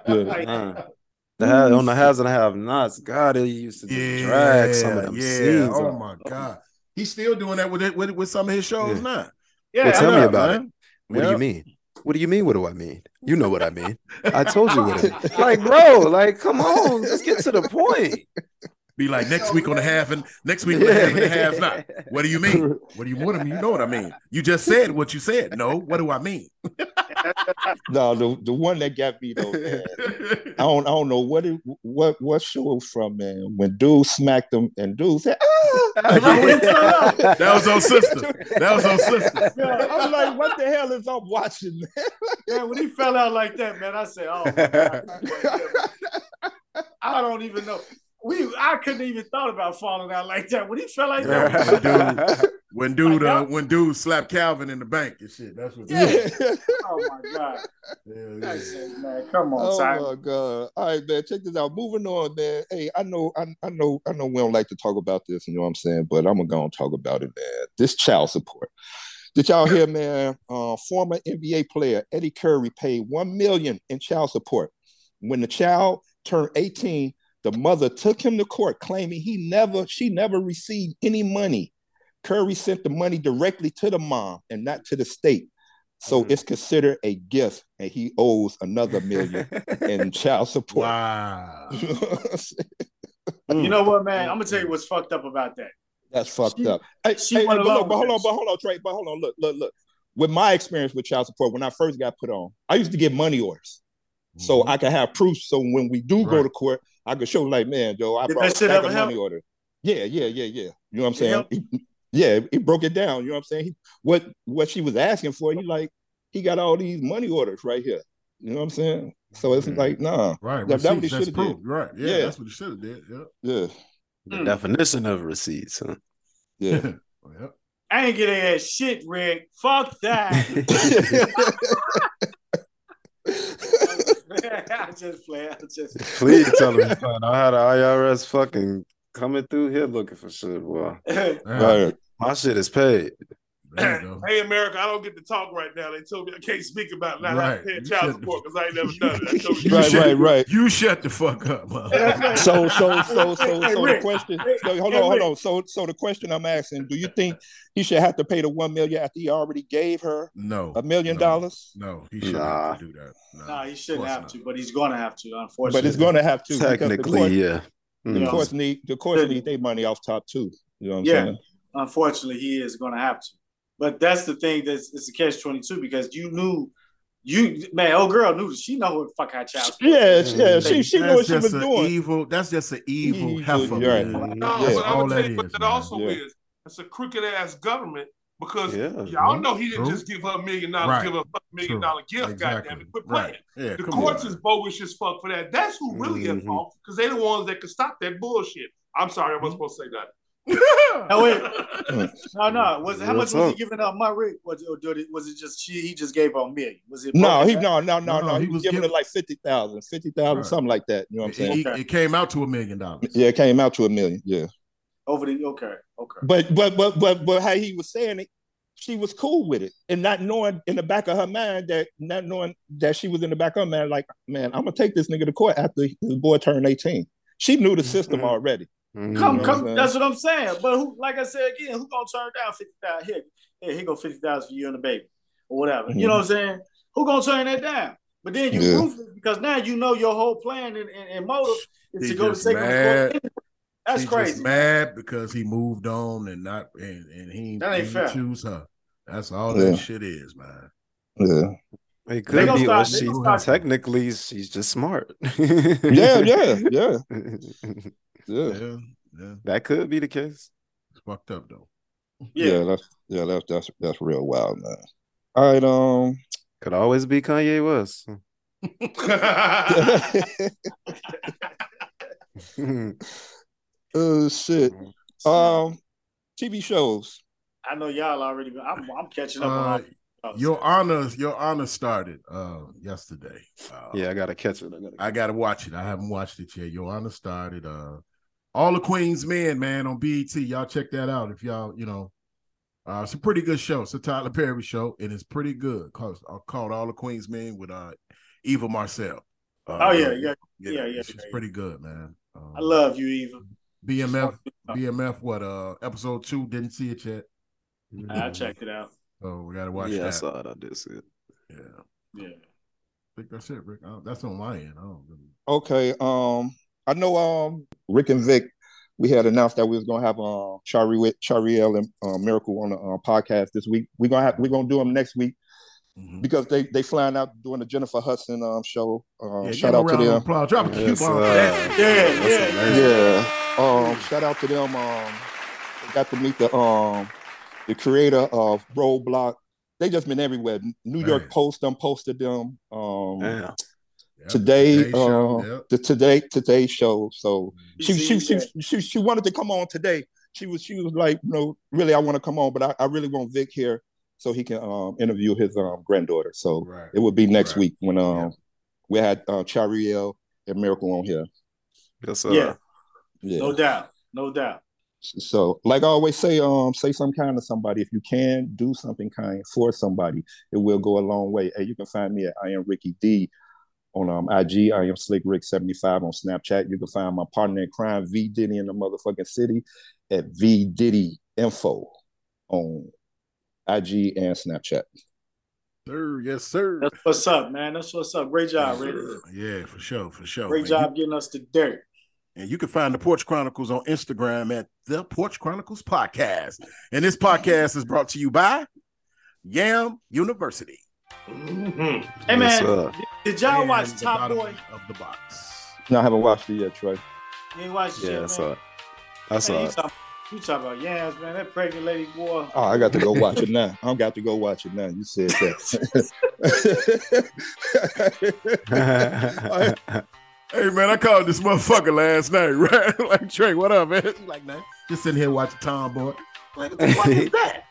D: yeah.
B: Like,
F: Uh, the ha- on the haves and the have nots. God, they used to
E: Yeah,
F: drag some of them
E: yeah.
F: scenes.
E: Oh
F: up.
E: my god, he's still doing that with it with, with some of his shows
F: Yeah.
E: now.
B: yeah,
F: Well,
B: I
F: tell me
B: know.
F: about
E: man.
F: it. What
E: Yeah.
F: do you mean? What do you mean? What do I mean? You know what I mean. I told you what I mean. Like, bro, like, come on, let's get to the point.
E: Be like next week on the half and next week on the half and the half not. What do you mean? What do you what do you you know what I mean? You just said what you said. No, what do I mean?
D: No, the, the one that got me though, man, I don't I don't know what it, what what show it was from, man. When dude smacked him and dude said, ah!
E: That was on sister. That was on sister.
B: Yeah,
D: I'm like, what the hell is I'm watching, man?
B: Man, when he fell out like that, man, I said, "Oh, my God." I don't even know." We, I couldn't even thought about falling out like that when he fell like that.
E: When dude, when dude, uh, when dude slapped Calvin in the bank and shit. That's what. Yeah.
B: Oh my god!
E: yeah,
B: I said, "Man, come on,
D: Oh
B: Simon."
D: my god! All right, man. Check this out. Moving on, man. Hey, I know, I, I know, I know. We don't like to talk about this, you know what I'm saying? But I'm gonna go and talk about it, man. This child support. Did y'all hear, man? Uh, former NBA player Eddie Curry paid one million in child support. When the child turned 18, the mother took him to court, claiming he never, she never received any money. Curry sent the money directly to the mom and not to the state. So
F: Mhm.
D: it's considered a gift, and he owes another million in child support.
E: Wow.
B: You know what, man? I'm gonna tell you what's fucked up about that.
D: That's fucked
B: She-
D: up. Hey,
B: she
D: hey,
B: went
D: but look,
B: along with
D: but hold on,
B: this.
D: but hold on, Trey, but hold on. Look, look, look. With my experience with child support, when I first got put on, I used to get money orders.
B: Mm-hmm.
D: So I can have proof. So when we do go
E: Right.
D: to court, I can show like, man, Joe, I
B: Did
D: brought a
B: that shit
D: stack of
B: ever
D: money
B: help?
D: order. Yeah, yeah, yeah, yeah. You know what I'm
B: It
D: saying?
B: helped?
D: He- yeah, he broke it down. You know what I'm saying? He, what what she was asking for, he like, he got all these money orders right here. You know what I'm saying? So it's
B: Mm.
F: Mhm.
D: like, nah,
E: Right.
D: That- that what
E: receipts,
D: they
E: that's
D: shoulda
E: proof.
D: did.
E: Right. Yeah,
D: Yeah.
E: That's what he should have did. Yep.
D: yeah,
F: The definition of receipts. Huh?
D: yeah.
E: Yep.
B: I ain't getting that shit, Rick. Fuck that. I just play. I just.
F: Please tell him son, I had the IRS fucking coming through here looking for shit. Well,
B: hey,
E: Yeah,
D: Right.
F: my shit is paid.
E: There you go.
C: hey, America, I don't get to talk right now. They told me I can't speak about not
E: Right.
C: having paid
E: You
C: child
E: said-
C: support because I ain't never done it. I told you.
D: right, right, right.
E: You shut the fuck up, mother.
D: So, so, so, so,
B: Hey,
D: so the
B: Rick.
D: question.
B: Hey,
D: No, hold
B: hey,
D: on, hold
B: Rick.
D: on. So, so the question I'm asking: Do you think he should have to pay the one million after he already gave her
E: No.
D: a million
E: no,
D: dollars?
E: No, he shouldn't have to do that. No,
B: Nah, he shouldn't
E: of course
B: have
E: not.
B: to, but he's gonna have to, unfortunately.
D: But it's going to have to because the
F: Technically,
D: court-
F: yeah. Mm.
D: The
B: Yeah.
D: courts need the courts
B: Yeah.
D: need their money off top too. You know what I'm
B: Yeah.
D: saying?
B: unfortunately, he is going to have to. But that's the thing that's it's a catch twenty two because you knew, you man, old girl knew she know who the fuck her child. support
D: Yeah,
B: is.
D: yeah, she she knew what
E: That's
D: she was
E: just an
D: doing.
E: evil. That's just an evil
D: Evil,
E: heifer.
D: you're
E: man.
F: right.
C: No,
D: Yeah.
C: but I'm
E: All
C: gonna
E: that
C: tell you what
E: is,
C: that
E: man.
C: also
D: Yeah.
C: is. It's a crooked ass government because
F: Yeah.
C: y'all
E: Mhm.
C: know he didn't
E: True.
C: just give her a million dollars,
E: Right.
C: give her a fucking million
E: True.
C: dollar gift. Goddamn
E: Exactly.
C: it, quit playing.
E: Right. Yeah.
C: The
E: come
C: courts
E: on.
C: is bogus as fuck for that. That's who really at
F: Mhm.
C: fault because they're the ones that can stop that bullshit. I'm sorry, I wasn't supposed to say that.
B: No, wait, no, no. Was how
F: What's
B: much was
F: up?
B: he giving up? My Rick was, or did it, was it just she? He just gave her a million. Was it
D: No,
B: broken
D: he
B: down?
D: no no no
E: No,
D: no. He, was giving it like fifty thousand, fifty thousand,
E: Right.
D: something like that. You know what I'm
E: It,
D: saying?
E: it- it came out to a million dollars.
D: yeah, it came out to a million. Yeah,
B: over the okay, okay.
D: but but but but but how he was saying it, she was cool with it, and not knowing in the back of her mind that not knowing that she was in the back of her mind, like man, I'm gonna take this nigga to court after the boy turned eighteen. She knew the system
F: Mhm.
D: already.
B: Come,
D: Mhm.
B: come. That's what I'm saying. But who, like I said again, who gonna turn down fifty thousand? Here, here, here go fifty thousand for you and the baby, or whatever. You know what I'm saying? Who gonna turn that down? But then you
D: Yeah.
B: ruthless because now you know your whole plan and, and, and motive is
E: He
B: to go to
E: just
B: second.
E: mad.
B: anyway. That's
E: She just
B: crazy.
E: mad because he moved on and not and, and he
B: That ain't
E: didn't
B: fair.
E: choose her. That's all
D: Yeah.
E: that shit is, man.
D: Yeah.
F: It
B: They
F: could
B: gonna
F: be,
B: start-
F: or
B: they
F: she
B: gonna start-
F: technically she's just smart.
D: Yeah, yeah, yeah, yeah,
E: Yeah, yeah.
F: that could be the case.
E: It's fucked up though.
D: yeah.
B: Yeah,
D: that's yeah, that's that's that's real wild, man. All right, um,
F: Could always be Kanye West.
D: uh, oh shit, um, TV shows.
B: I know y'all already. been- I'm, I'm catching up
E: Uh,
B: on all.
E: your honors, your honor started uh yesterday. Uh,
F: yeah, I gotta catch it. I gotta
E: I gotta watch it. I haven't watched it yet. Your honor started uh all the Queen's Men, man, on BET. Y'all check that out if y'all, you know. Uh, it's a pretty good show. It's a Tyler Perry show, and it's pretty good. Called, called All the Queen's Men with uh Eva Marcel. Uh,
B: oh yeah, yeah. yeah, yeah,
E: She's
B: yeah.
E: pretty good, man. Um,
B: I love you, Eva.
E: BMF. BMF. What? Uh, episode two. Didn't see it yet.
B: I
E: Mm-hmm.
B: checked it out.
E: So we gotta watch
F: yeah, I
E: that.
F: saw it. I did see it.
E: Yeah, I
B: Yeah.
E: think that's it, Rick. I don't- that's on my end. I don't really.
D: Okay, um, I know, um, Rick and Vic, we had announced that we was gonna have um Chari with Chariel and uh, Miracle on the uh, podcast this week. We're gonna have we're gonna do them next week
E: Mhm.
D: because they they flying out doing the Jennifer Hudson um show. Um,
E: Yeah, give
D: shout
E: him a
D: out to
E: round of
D: them.
E: Applause. Drop a
F: Yes,
E: coupon for
F: uh,
E: that.
B: Yeah, yeah.
D: Yeah. Um, shout out to them. Um, they got to meet the um the creator of Roadblock. They just been everywhere. New York
E: Man.
D: Post done posted them. Um,
F: Damn.
E: Yep,
D: today,
E: Today
D: uh,
E: show, yep.
D: the today today show. So she
B: You
D: she,
B: see
D: she
B: that?
D: she she wanted to come on today. She was she was like, no, really, I want to come on, but I, I really want Vic here so he can um interview his um granddaughter. So
E: Right.
D: it would be next
E: Right.
D: week when um
E: Yeah.
D: we had uh, Chariel and Miracle on here.
F: Yes, uh,
B: Yeah,
D: Yeah.
B: no doubt, no doubt.
D: So, like I always say, um, say some kind to somebody. If you can, do something kind for somebody. It will go a long way. Hey, you can find me at I am Ricky D on um IG. I am Slick Rick seventy five on Snapchat. You can find my partner in crime, V Diddy in the motherfucking city, at V Diddy Info on IG and Snapchat.
E: Sir, yes, sir.
B: That's what's up, man. That's what's up. Great job, Ray.
E: Yeah, for sure, for sure.
B: Great
E: Oh, man.
B: job getting us to dirt.
E: And you can find the Porch Chronicles on Instagram at the Porch Chronicles Podcast. And this podcast is brought to you by Yam University.
C: Mm-hmm.
B: Hey
F: yes,
B: man,
F: uh,
B: did y'all
E: And
B: watch
E: the
B: Top
E: bottom
B: Boy?
E: of the box.
D: No, I haven't watched it yet, Trey.
B: You ain't watched it,
F: yeah, I
B: man.
F: saw it. I
B: Man,
F: saw
B: you,
F: it.
B: talking, you talking about yams, man? That pregnant lady boy.
D: Oh, I got to go watch it now. I got to go watch it now. You said that.
E: Hey man, I called this motherfucker last night, right? like Trey, what up, man? He Like, nah, just sitting here watching Tomboy. Like, what the fuck is that?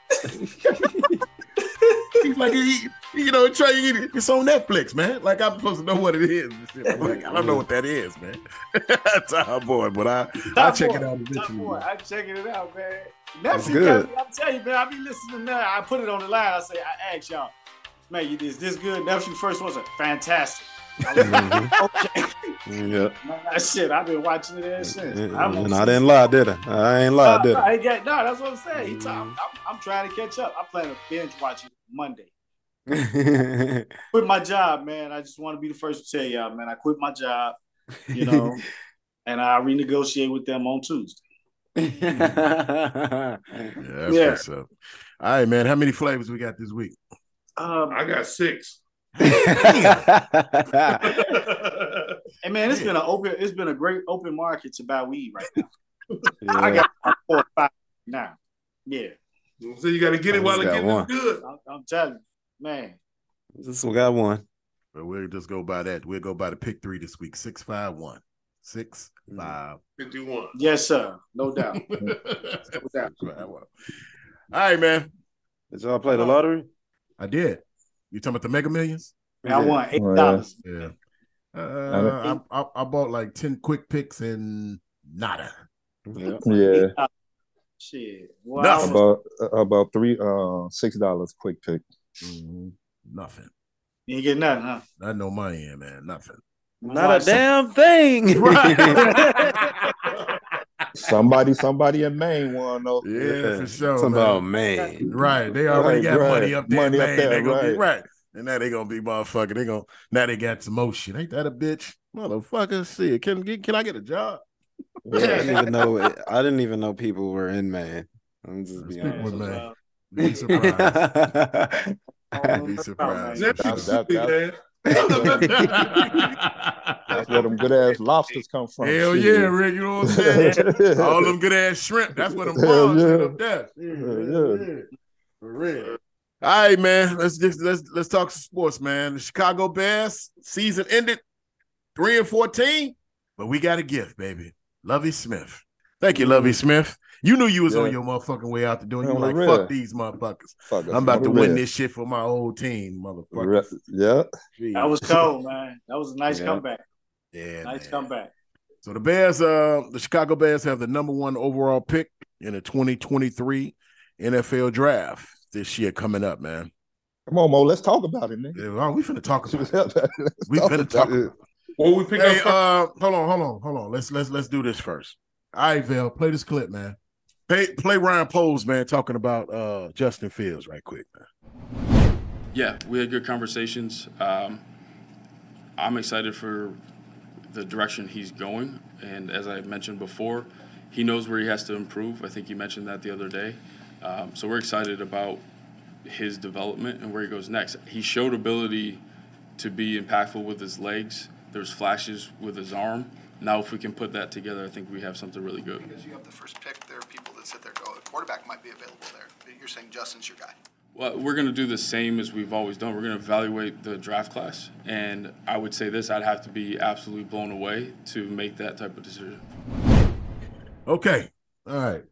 E: He's like, he, he- you know, Trey, he- it's on Netflix, man. Like, I'm supposed to know what it is. and shit. I'm like, I don't know what that is, man. Tomboy, but I, I'll
B: Top
E: check
B: Boy,
E: it out
B: Top
E: eventually.
B: Boy, I'm checking it out, man. Nephew,
F: good.
B: I'm telling you, man. I be listening now. I put it on the line. I say, I ask y'all, man, you, is this good? Nephew first was a fantastic. I was like,
F: Mhm.
B: okay,
F: Yeah.
B: man, shit. I've been watching it ever since. I'm on
F: And I didn't lie, did I? I ain't
B: No,
E: Uh,
F: lie, did
B: no, Uh,
F: I?
B: I ain't got- no, that's what I'm saying. He talk,
F: Mhm.
B: I'm, I'm trying to catch up. I plan to binge watch it Monday. Quit my job, man. I just want to be the first to tell y'all, man. I quit my job, you know, and I renegotiate with them on Tuesday.
E: Yeah, that's
B: Yeah.
E: what's up. All right, man. How many flavors we got this week?
B: Um,
C: I got six.
B: and man, it's been an open, it's been a great open market to buy weed right now. I got about four or five now. Yeah,
C: so you got to get it while
F: I
C: it
F: just got
C: gets
F: one.
C: good.
B: I'm, I'm telling you, man.
F: This one got one.
E: But we'll just go by that. We'll go by the pick three this week. Six five one. Six five.
C: Fifty-one.
B: Yes, sir. No doubt.
E: six, five, one. All right, man.
F: Did y'all play the lottery?
E: I did. You talking about the Mega Millions?
B: Man, I won eight
D: Oh, yeah.
B: dollars.
E: Yeah.
D: I
E: Uh, I, I, I bought like ten quick picks and nada.
F: Yeah.
D: yeah.
B: Shit. Well,
E: Nothing.
B: I was-
D: about about three uh six dollars quick pick.
E: Mhm. Nothing.
B: you ain't get nothing, huh?
E: I know my end, man. Nothing.
B: Watch some-
F: damn thing.
E: Right.
D: somebody, somebody in Maine won though.
E: Yeah, for sure.
F: Something
E: man.
F: about Maine.
E: Right. They already
D: Right,
E: got
D: right.
E: money up there.
D: Money up
E: man.
D: there,
E: they gonna be
D: right.
E: right. And now they gonna be motherfucker. They gonna now they got some motion. Ain't that a bitch? Motherfucker. See, can get- can I get a job?
F: I didn't even know. It, I didn't even know people were in Maine. I'm just
E: Let's
F: being
E: pick
F: honest.
E: one, man.
B: Uh,
E: Be surprised. Be surprised.
B: That-
D: that- that-
C: man.
D: That's where them good ass lobsters come from.
E: Hell
D: shit.
E: yeah, Rick. You know what I'm saying? All them good ass shrimp. That's what them
D: Hell
E: prawns
D: yeah.
E: yeah. up there.
D: Hell yeah.
E: For real. All right, man. Let's just let's let's talk some sports, man. The Chicago Bears season ended three and fourteen, but we got a gift, baby. Lovey Smith. Thank you, Lovey Smith. You knew you was
D: Mm-hmm. Yeah.
E: on your motherfucking way out the door. You
D: On
E: were
D: the
E: like,
D: red.
E: fuck these motherfuckers.
D: Fuck us,
E: I'm about to
D: Red.
E: win this shit for my old team, motherfucker.
D: Red. Yeah.
B: That was cold, man. That was a nice
F: Yeah.
B: comeback.
E: Yeah,
B: Nice
E: man.
B: comeback.
E: So the Bears, uh, the Chicago Bears have the number one overall pick in the 2023 NFL draft this year coming up, man.
D: Come on, Mo. Let's talk about it, nigga.
E: Yeah, well, we finna talk about it.
D: Let's
E: We
D: talk
E: finna
D: about
E: talk
D: it.
E: about
C: Well, we
E: it.
C: pick
E: Hey,
C: up
E: uh, hold on, hold on, hold on. Let's let's let's do this first. All right, Val, play this clip, man. Play, play Ryan Poles, man, talking about uh Justin Fields right quick, man.
I: Yeah, we had good conversations. Um, I'm excited for the direction he's going, and as I mentioned before, he knows where he has to improve. I think you mentioned that the other day. Um, so we're excited about his development and where he goes next. He showed ability to be impactful with his legs. There's flashes with his arm. Now, if we can put that together, I think we have something really good.
J: Because you have the first pick, there are people that sit there and go, a quarterback might be available there. But you're saying Justin's your guy.
I: Well, we're going to do the same as we've always done. We're going to evaluate the draft class. And I would say this I'd have to be absolutely blown away to make that type of decision.
E: Okay. All right.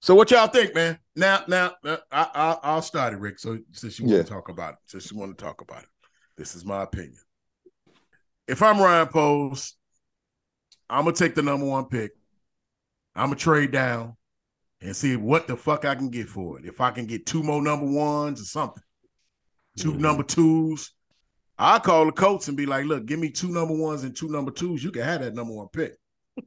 E: so what y'all think, man? Now, now uh, I, I I'll start it, Rick. So since you
D: Yeah.
E: want to talk about it, since you want to talk about it, this is my opinion. If I'm Ryan Poles, I'm gonna take the number one pick. I'm gonna trade down and see what the fuck I can get for it. If I can get two more number ones or something, 2
F: Mhm.
E: number twos, I call the Colts and be like, "Look, give me two number ones and two number twos. You can have that number one pick."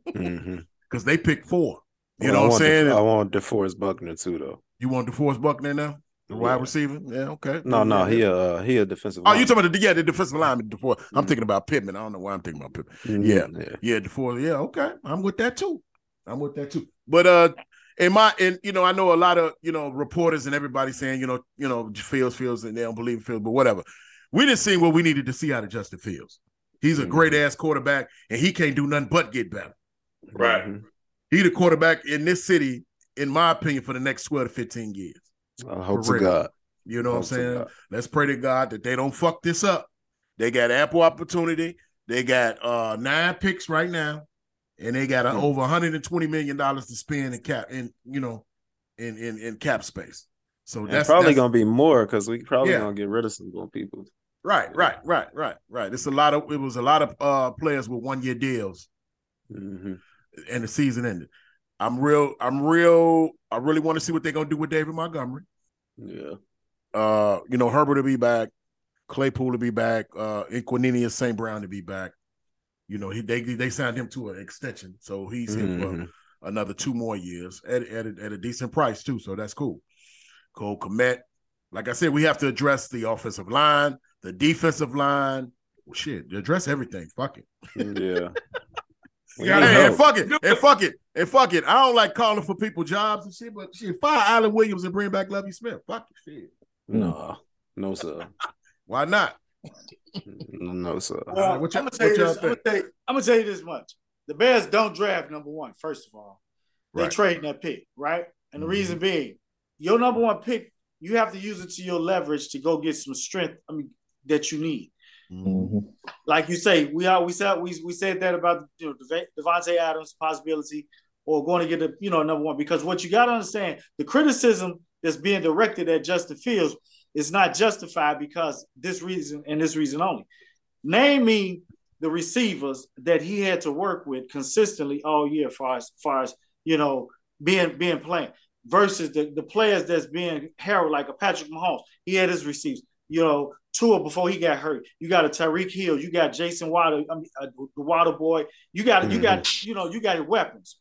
F: Mhm.
E: because they picked four. You
F: Well, Oh, I
E: know what I'm
F: want
E: saying?
F: DeF- I want DeForest Buckner too, though.
E: you want DeForest Buckner now, the wide
F: Yeah.
E: receiver? Yeah, okay.
F: No, no, he
E: Yeah.
F: uh he a defensive.
E: Oh, you
F: lineman.
E: talking about the yeah the defensive lineman DeForest?
F: Mm.
E: I'm thinking about Pittman. I don't know why I'm thinking about Pittman. Yeah.
F: Mhm, yeah.
E: Yeah, DeForest. Yeah, okay. I'm with that too. I'm with that too. But uh, in my and you know I know a lot of you know reporters and everybody saying you know you know Fields Fields and they don't believe in Fields, but whatever. We didn't see what we needed to see out of Justin Fields. He's a
F: Mhm.
E: great ass quarterback, and he can't do nothing but get better.
C: Right.
F: Mhm.
E: He the quarterback in this city, in my opinion, for the next 12 to 15 years.
F: I hope
E: For real.
F: to God.
E: You know what I'm
F: Hope Oh, to
E: saying?
F: God.
E: Let's pray to God that they don't fuck this up. They got ample opportunity. They got uh nine picks right now, and they got uh,
F: Hmm.
E: over 120 million dollars to spend in cap in you know in in in cap space. So
F: And
E: that's
F: probably
E: that's-
F: gonna be more because we probably
E: Yeah.
F: gonna get rid of some more people.
E: right, right, right, right, right. It's a lot of it was a lot of uh players with one year deals Mm-hmm.
F: hmm
E: and the season ended. I'm real, I'm real, I really want to see what they're gonna do with David Montgomery.
F: Yeah.
E: uh, you know, Herbert will be back, Claypool will be back, uh, and Quininius St. Brown to be back. You know, he they they signed him to an extension, so he's in
F: Mhm.
E: for another two more years at, at, a, at a decent price too. So that's cool. Cole Komet. Like I said, we have to address the offensive line, the defensive line. Well, shit, address everything. Fuck it.
F: Yeah. We
C: Yeah,
F: need
E: Hey, and
F: help.
E: fuck it. And fuck it. And fuck it. I don't like calling for people jobs and shit, but shit, fire Allen Williams and bring back Lovey Smith. Fuck the shit.
F: No, no, sir.
E: Why not?
F: No, sir.
E: right,
B: Well,
E: what y'all-
B: I'm gonna tell you
E: what y'all
B: this. I'm gonna
E: think?
B: tell you, I'ma tell you this much: the Bears don't draft number one. First of all, they
E: Right.
B: trading that pick, right? And the
E: Mhm.
B: reason being, your number one pick, you have to use it to your leverage to go get some strength. I mean, that you need.
D: Mhm.
B: Like you say, we are we said we, we said that about you know Deva- Devontae Adams possibility or going to get a you know number one because what you got to understand the criticism that's being directed at Justin Fields is not justified because this reason and this reason only. Name me the receivers that he had to work with consistently all year, far as far as you know being being playing versus the, the players that's being heralded like a Patrick Mahomes. He had his receivers, you know, Tua before he got hurt. You got a Tyreek Hill. You got Jason Waddle, I mean, uh, the Waddle boy. You got you got you know you got weapons.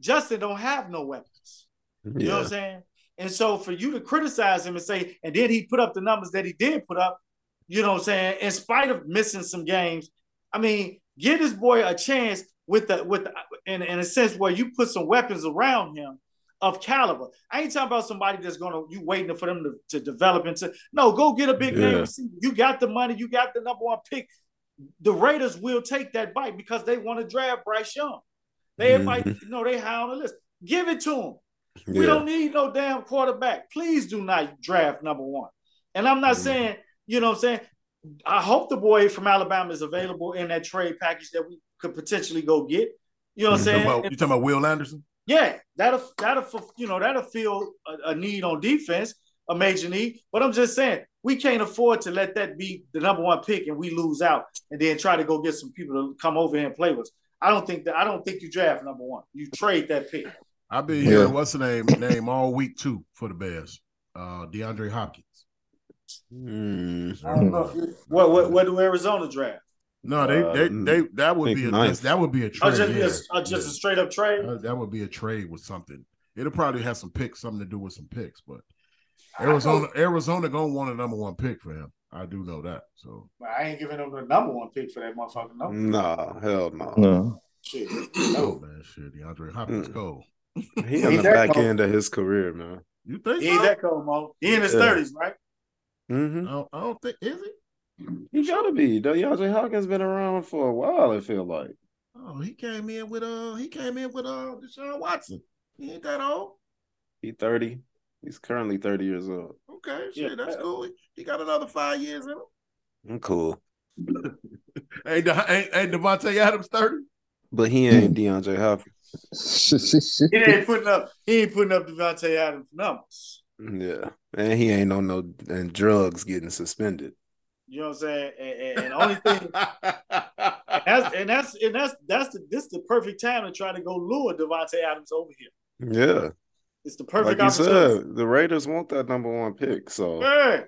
B: Justin don't have no weapons. You know what I'm saying? And so for you to criticize him and say, and then he put up the numbers that he did put up, you know what I'm saying? In spite of missing some games, I mean, give this boy a chance with the with the, in, in a sense where you put some weapons around him of caliber. I ain't talking about somebody that's gonna you waiting for them to, to develop into no, go get a big name
K: Yeah.
B: receiver. You got the money, you got the number one pick. The Raiders will take that bite because they want to draft Bryce Young. They
C: Mm-hmm.
B: might
K: Mhm.
B: you know they high on the list. Give it to them. We
F: Mm-hmm.
K: Yeah.
B: don't need no damn quarterback. Please do not draft number one. And I'm not saying, you know what I'm saying? I hope the boy from Alabama is available in that trade package that we could potentially go get. You know what I'm
E: You
B: saying?
E: talking about, you
B: And-
E: talking about Will Anderson?
B: yeah, that'll that'll fu- you know that'll fill a, a need on defense, a major need. But I'm just saying we can't afford to let that be the number one pick and we lose out and then try to go get some people to come over here and play with us. I don't think that I don't think you draft number one. You trade that pick.
E: I've been
B: Yeah.
E: hearing what's the name name all week too for the Bears. Uh, DeAndre Hopkins.
F: Mm.
B: I don't know if you- what what what do Arizona draft?
E: No, they they, they that would
F: think
E: be a
F: ninth.
E: that would be a
B: Or
E: trade.
B: Oh, just,
E: yeah.
B: just- or just a straight up trade.
E: Uh, that would be a trade with something. It'll probably have some picks, something to do with some picks, but Arizona Arizona gonna want a number one pick for him. I do know that. So
B: I ain't giving them the number one pick for that motherfucker.
F: Mm.
B: No.
F: Nah, hell no.
E: No.
B: Shit.
E: oh man, shit, DeAndre Hopkins
F: Mm.
E: cold.
F: He on the back end of his career, man.
E: You think
B: He ain't that cold, Mo. He in his
F: Yeah.
B: thirties, right?
F: Mm-hmm.
E: I, don't, I don't think is he.
F: He gotta be. DeAndre Hawkins been around for a while. It feel like.
E: Oh, he came in with uh he came in with uh Deshaun Watson. He ain't that old.
F: He thirty. He's currently thirty years old.
E: Okay, shit, that's cool. He- He got another five years in him.
F: I'm cool.
E: Ain't, De- ain't, ain't Devontae Adams 30?
F: But he ain't DeAndre Hopkins.
B: He ain't putting up. He ain't putting up Devontae Adams numbers.
F: Yeah, and he ain't on no and drugs getting suspended.
B: You know what I'm saying? And, and, and only thing and that's and that's and that's that's the this the perfect time to try to go lure Devontae Adams over here.
F: Yeah,
B: It's the perfect
F: like you
B: opportunity.
F: said, the Raiders want that number one pick, so
B: Yeah.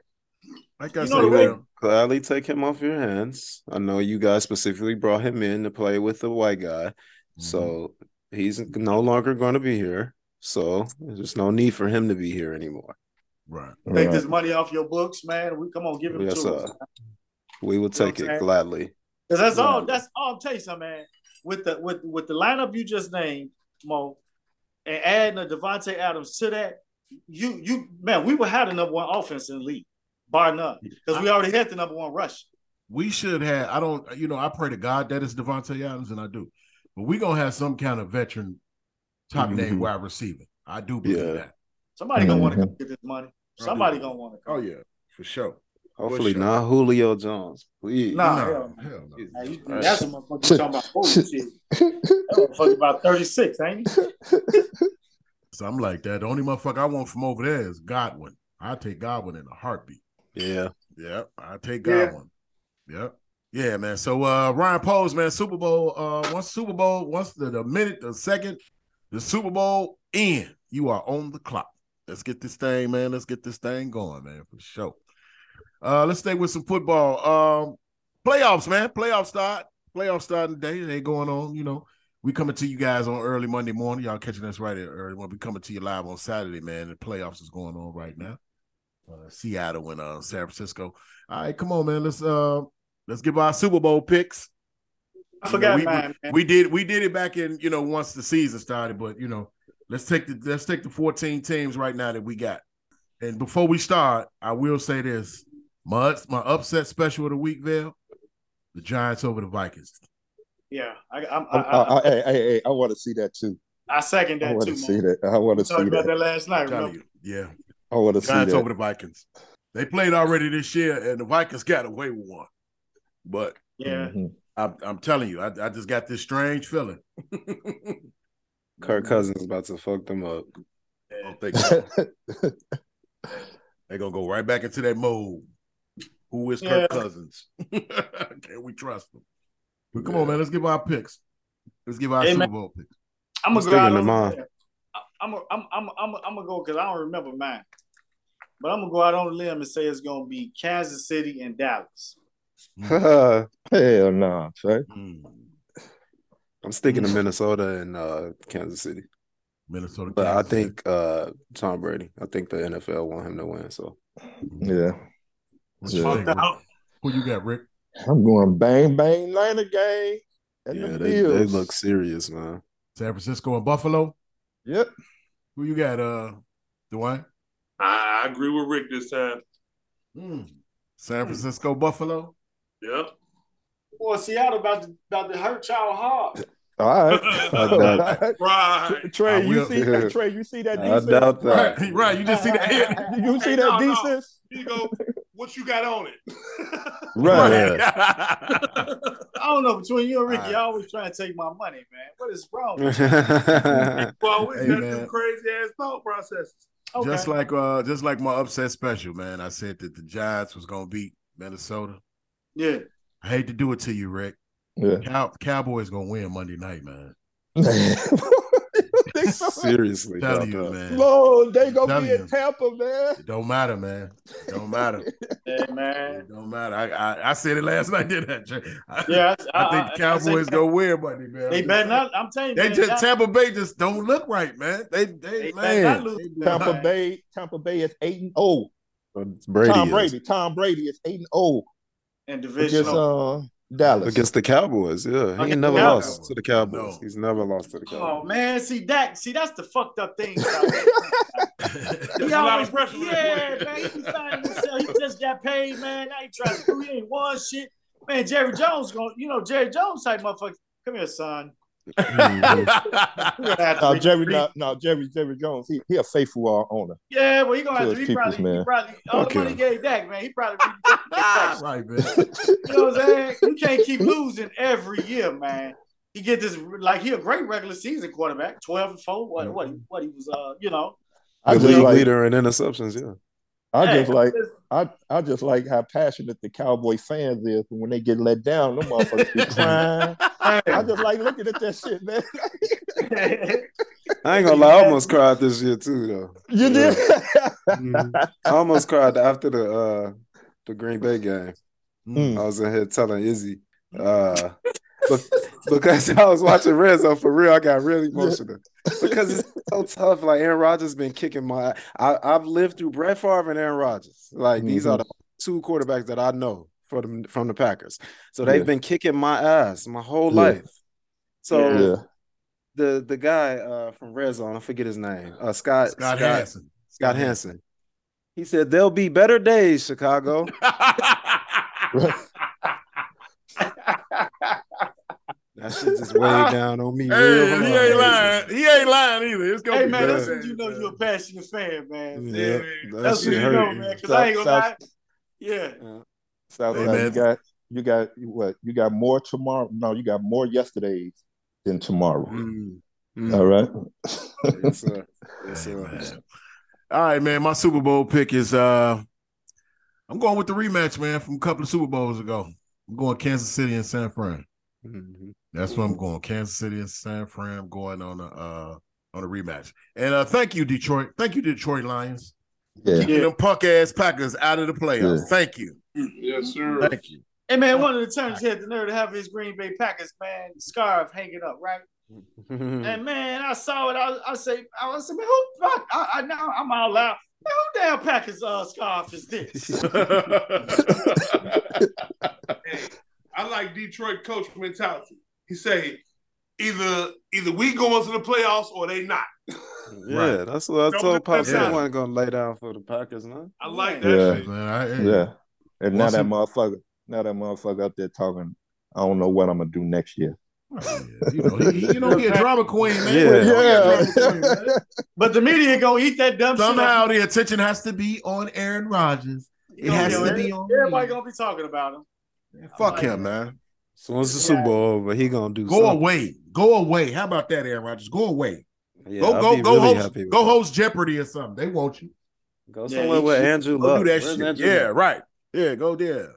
E: Like
B: I You
F: they
B: know the said, Ra-
E: Mm-hmm.
F: will gladly take him off your hands. I know you guys specifically brought him in to play with the white guy, so he's no longer going to be here. So there's no need for him to be here anymore.
E: Right.
B: Take this money off your books, man. We come on, give it
F: Yes,
B: to
F: sir.
B: us.
F: We will
B: You know what
F: take
B: I'm
F: it
B: saying?
F: gladly.
B: Because that's all. That's all. I'm telling you, something, man. With the with with the lineup you just named, Mo, and adding a Devonte Adams to that, you you man, we would have the number one offense in the league, bar none, because we already had the number one rush.
E: We should have. I don't. You know, I pray to God that it's Devontae Adams, and I do. But we gonna have some kind of veteran,
B: Mm-hmm.
E: top name
F: Mhm.
E: wide receiver. I do believe that.
B: Somebody gonna want to
F: Mhm.
B: come get this money.
E: do
B: Somebody
E: that.
B: gonna want to.
E: Oh yeah, for sure.
F: Hopefully not Julio Jones, please.
B: Nah, hell no. Now, you- that's a motherfucker talking about bullshit. That motherfucker about 36, ain't he?
E: So I'm like that. The only motherfucker I want from over there is Godwin. I take Godwin in a heartbeat.
F: Yeah.
E: Yeah. I take
F: Yeah.
E: Godwin. Yeah. Yeah, man. So uh Ryan Poles, man, Super Bowl, uh once Super Bowl, once the, the minute, the second, the Super Bowl in, you are on the clock. Let's get this thing, man. Let's get this thing going, man, for sure. Uh let's stay with some football. Um playoffs, man. Playoffs start. Playoffs starting today. They going on, you know. We coming to you guys on early Monday morning. Y'all catching us right at early. We'll be coming to you live on Saturday, man. The playoffs is going on right now. Uh, Seattle and uh, San Francisco. All right, come on, man. Let's uh let's give our Super Bowl picks.
B: I forgot
E: we, we-
B: mine, man.
E: we did we did it back in you know once the season started, but you know let's take the let's take the fourteen teams right now that we got. And before we start, I will say this: my ups- my upset special of the week, Vale, the Giants over the Vikings.
B: Yeah, I, I'm, I,
D: I,
B: I,
D: I, I, I, I, want to see that too.
B: I second
D: I
B: that
D: want
B: too,
D: to
B: man.
D: see that. I want to see
B: Talked about that
D: that.
B: last night.
E: telling
B: Remember?
E: Yeah,
D: I want to see
E: Giants over
D: that.
E: the Vikings. They played already this year, and the Vikings got away with one. But
B: Yeah.
D: Mm-hmm.
E: I'm, I'm telling you, I, I just got this strange feeling.
F: Kirk Cousins about to fuck them up.
E: I don't think so. They're gonna go right back into that mode. Who is Kirk
F: Yeah.
E: Cousins? Can we trust him? But come on, man, let's give our picks. Let's give our
B: Hey,
E: Super
B: man.
E: Bowl picks.
B: I'm,
F: I'm
B: gonna go out
F: sticking to
B: on
F: mine.
B: a- I'm, a- I'm, I'm, I'm, I'm gonna go because I don't remember mine. but I'm gonna go out on a limb and say it's gonna be Kansas City and Dallas.
D: Hell no, nah, Trey.
E: Mm.
F: I'm sticking to Minnesota and uh, Kansas City.
E: Minnesota,
F: but I
E: Kansas City.
F: think uh, Tom Brady. I think the NFL want him to win. So
E: Mm.
D: Yeah.
E: What you
D: Yeah.
F: uh,
E: think, Rick? Who you got, Rick?
D: I'm going bang bang Niner game. And
F: yeah,
D: the
F: they, they
D: Bills.
F: look serious, man.
E: San Francisco and Buffalo.
D: Yep.
E: Who you got, uh, Dwayne?
C: I I agree with Rick this time.
E: Mm. San Francisco, Buffalo.
C: Yep.
B: Boy, Seattle about to, about to hurt y'all hard.
D: All right.
F: I doubt-
D: All
C: Right.
D: right. Trey,
E: I
D: you
E: will-
D: see that Trey, you see that
F: I
D: defense?
F: doubt that.
E: Right, right. You just see that.
D: You see
C: Hey,
D: that
C: no, no.
D: defense?
C: Here you go. What you got on it?
D: Right.
B: I don't know between you and Ricky,
E: All right.
B: y'all always trying to take my money, man. What is wrong? with you?
F: Right.
C: well, we
E: Hey,
C: got
E: man.
C: them crazy ass thought processes.
B: Okay.
E: Just like uh, just like my upset special, man. I said that the Giants was gonna beat Minnesota.
B: yeah,
E: I hate to do it to you, Rick.
D: Yeah.
E: Cow- Cowboys gonna win Monday night, man.
D: They so-
F: Seriously,
E: Tell
F: doubt
E: you,
F: that.
E: man.
D: Lord, they gonna
E: Tell
D: be in
E: you.
D: Tampa, man.
E: It don't matter, man. It don't matter.
B: yeah, man.
E: it don't matter. I, I I said it last night, didn't I? Jay? I,
B: Yeah,
E: I, think the Cowboys
B: say-
E: go win Monday, man.
B: They better not. I'm telling you,
E: They
B: man,
E: just
B: y'all-
E: Tampa Bay just don't look right, man. They they,
B: They better not
E: man.
B: lose.
E: They better
D: Tampa
E: not.
D: Bay, Tampa Bay is eight and oh.
F: But Brady
D: Tom
F: is
D: Brady, Tom Brady is eight and oh
B: and
D: against
B: divisional.
D: uh, Dallas.
F: against the Cowboys. Yeah, he
B: Against
F: ain't
B: the
F: never
B: Cowboys.
F: lost to the Cowboys.
E: No.
F: He's never lost to the
B: Oh
F: Cowboys.
B: man, see that? See that's the fucked up thing.
C: There's
B: He
C: a lot
B: always,
C: of pressure. on
B: yeah,
C: that boy.
B: man. He, be finding himself. he just got paid, man. Now he trying to do he ain't one shit. Man, Jerry Jones going, you know, Jerry Jones type motherfucker. Come here, son. We're gonna have to
D: Now
B: re-
D: Oh, Jerry,
B: re-
D: now, now Jerry, Jerry Jones, he, he a faithful uh, owner.
B: Yeah, well, he gonna have to.
D: Kill
B: He
D: his
B: probably,
D: peoples,
B: he
D: man.
B: probably all
F: Fuck
B: the money
F: him.
B: he gave back, man. He probably, re- Ah.
E: right, man.
B: you know what I'm saying? You can't keep losing every year, man. He get this like he a great regular season quarterback, twelve and four. What what he- what he was, uh, you know.
D: I
F: The
D: just
F: league
D: like,
F: leader in interceptions. Yeah,
D: I just
B: Hey,
D: like,
B: this-
D: I, I just like how passionate the Cowboy fans is when they get let down. Them motherfuckers be crying. I just like looking at that shit, man.
B: hey.
F: I ain't gonna lie. I almost cried this year too, though.
D: You did.
F: I almost cried after the uh the Green Bay game.
D: Mm.
F: I was in here telling Izzy, uh, but because I was watching Red Zone for real, I got really emotional because it's so tough. Like Aaron Rodgers been kicking my. I, I've lived through Brett Favre and Aaron Rodgers. Like these
D: Mm-hmm.
F: are the two quarterbacks that I know from the, from the Packers. So they've
D: Yeah.
F: been kicking my ass my whole
D: Yeah.
F: life. So
D: Yeah.
F: the the guy uh, from Red Zone, I forget his name, uh, Scott
E: Scott,
F: Scott Scott,
E: Hansen.
F: Hansen. He said there'll be better days, Chicago. That shit just weighed down on me. real
E: Hey, he
F: hard.
E: ain't lying. He ain't lying either. It's gonna
B: Hey
E: be
B: man, that's
E: good.
B: when you know you're a passionate fan, man.
F: Yeah, that
B: That's
F: shit
B: when you
F: hurt.
B: know, man. Cause I ain't gonna
D: South-
B: lie. Yeah.
D: Southside,
E: Hey, man.
D: you got you got what? You got more tomorrow? No, you got more yesterdays than tomorrow.
F: Mm, mm.
D: All right.
F: Yes, sir. Yes,
E: Hey,
F: sir.
E: man. All right, man. My Super Bowl pick is uh I'm going with the rematch, man, from a couple of Super Bowls ago. I'm going Kansas City and San Fran.
F: Mhm.
E: That's where I'm going. Kansas City and San Fran. I'm going on a uh on a rematch. And uh thank you, Detroit. Thank you, Detroit Lions.
D: Yeah.
E: Keeping them punk ass Packers out of the playoffs.
D: Yeah.
E: Thank you.
C: yes, sir.
E: Thank you.
B: Hey man, one of the turns had the nerve to have his Green Bay Packers, man, scarf hanging up, right?
F: Mm-hmm. Hmm.
B: And man, I saw it. I, I say, I was man, who? I, I, I now I'm out loud. Man, who damn Packers uh, scarf is this?
C: Hey, I like Detroit coach mentality. He say either either we going to the playoffs or they not.
F: yeah, that's what I
C: Don't
F: told
C: let
F: Pop.
C: that
F: I
E: happen.
F: wasn't gonna lay down for the Packers, man.
C: I like that
D: Yeah.
C: shit.
E: Man, I-
D: Yeah. And now
E: Once
D: that
E: you-
D: motherfucker, now that motherfucker up there talking, I don't know what I'm gonna do next year.
E: oh, Yeah, you know, he, he- you know, he a drama queen, man.
F: Yeah.
E: He a drama queen, man.
D: yeah.
B: But the media gonna eat that dumb
E: Somehow the attention has to be on Aaron Rodgers.
B: shit. up.
E: It has
B: You know,
E: to be on.
B: Everybody
E: him.
B: gonna be talking about him.
E: Fuck him, man.
F: As soon as the
B: Yeah.
F: Super Bowl over, he gonna do
E: Go
F: something.
E: away. Go away. How about that, Aaron Rodgers? Go away.
F: Yeah,
E: go
F: I'd
E: go
F: be
E: go
F: really
E: host
F: happy with
E: go
F: that.
E: host Jeopardy or something. They want you.
F: Go
B: Yeah,
F: somewhere
B: he
F: with
B: should.
F: Andrew
E: Go
F: Luck.
E: do that
F: Where's
E: shit.
F: Andrew
E: Yeah,
F: Luck?
E: right. Yeah, go there.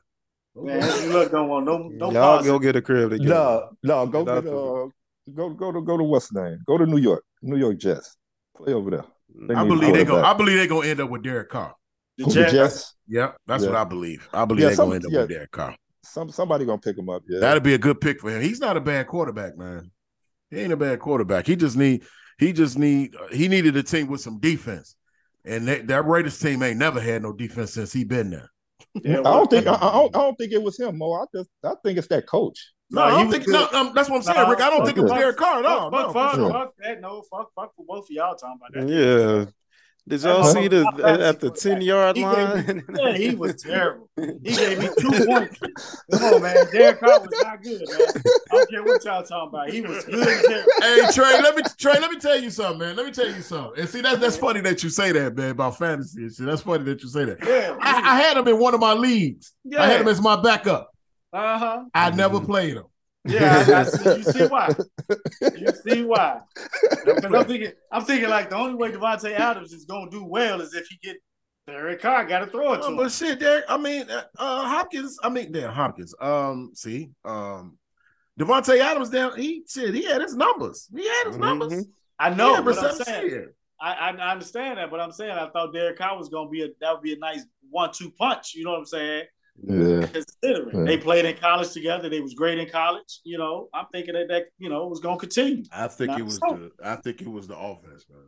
E: Go
B: Man,
E: there.
B: Andrew Luck don't want no no
F: Y'all go
B: positive.
F: get a crib together.
D: No, no, go
F: Get out
D: get
F: the-
D: uh go go to go to what's name? Go to New York. New York Jets. Play over there. They
E: I
D: need a
E: believe they go.
D: quarterback.
E: I believe they gonna end up with Derek Carr.
B: The Jets.
E: Yep, that's
D: Yeah.
E: what I believe. I believe
D: Yeah,
E: they're
D: some-
E: going to end up
D: yeah.
E: with Derek Carr.
D: Some somebody gonna pick him up. Yeah,
E: That'd be a good pick for him. He's not a bad quarterback, man. He ain't a bad quarterback. He just need he just need he needed a team with some defense, and that, that Raiders team ain't never had no defense since he been there.
D: I don't think I, I don't I don't think it was him, Mo. I just I think it's that coach.
E: No, I don't think. No, um, that's what I'm saying,
B: Nah,
E: Rick. I don't
B: fuck
E: think it was
B: that.
E: Derek Carr at all.
B: Fuck, fuck,
E: no.
B: fuck,
D: sure.
B: fuck that. No, fuck, fuck for both of y'all talking about that.
F: Yeah. Did y'all
B: Huh?
F: see the at, at the ten yard
B: He gave
F: line?
B: Yeah, he was terrible. He gave me two points. Come on, man. Derek Carr was not good, man. I don't care what y'all talking about. He was good and terrible.
E: hey Trey, let me Trey, let me tell you something, man. Let me tell you something. And see, that's that's funny that you say that, man, about fantasy and shit. That's funny that you say that.
B: Yeah.
E: I, I had him in one of my leagues. I had him
B: Yeah.
E: as my backup.
B: Uh huh.
E: I never played him.
B: Yeah. I, I see, you see why? You see why? 'Cause I'm thinking, I'm thinking like the only way Devontae Adams is gonna do well is if he get Derek Carr. Got to throw it to
E: Uh,
B: him.
E: but shit, Derek. I mean, uh, uh, Hopkins. I mean, damn Hopkins. Um, see, um, Devontae Adams. Down. He shit. He had his numbers. He had his numbers.
F: Mhm.
B: I know.
E: Yeah,
B: but I'm
E: receptions,
B: saying,
E: shit.
B: I, I I understand that, but I'm saying I thought Derek Carr was gonna be a that would be a nice one-two punch. You know what I'm saying?
D: Yeah,
B: Considering
D: Yeah.
B: they played in college together, they was great in college. You know, I'm thinking that that you know was gonna continue.
E: I think
B: it was the-
E: I think it was the offense, man.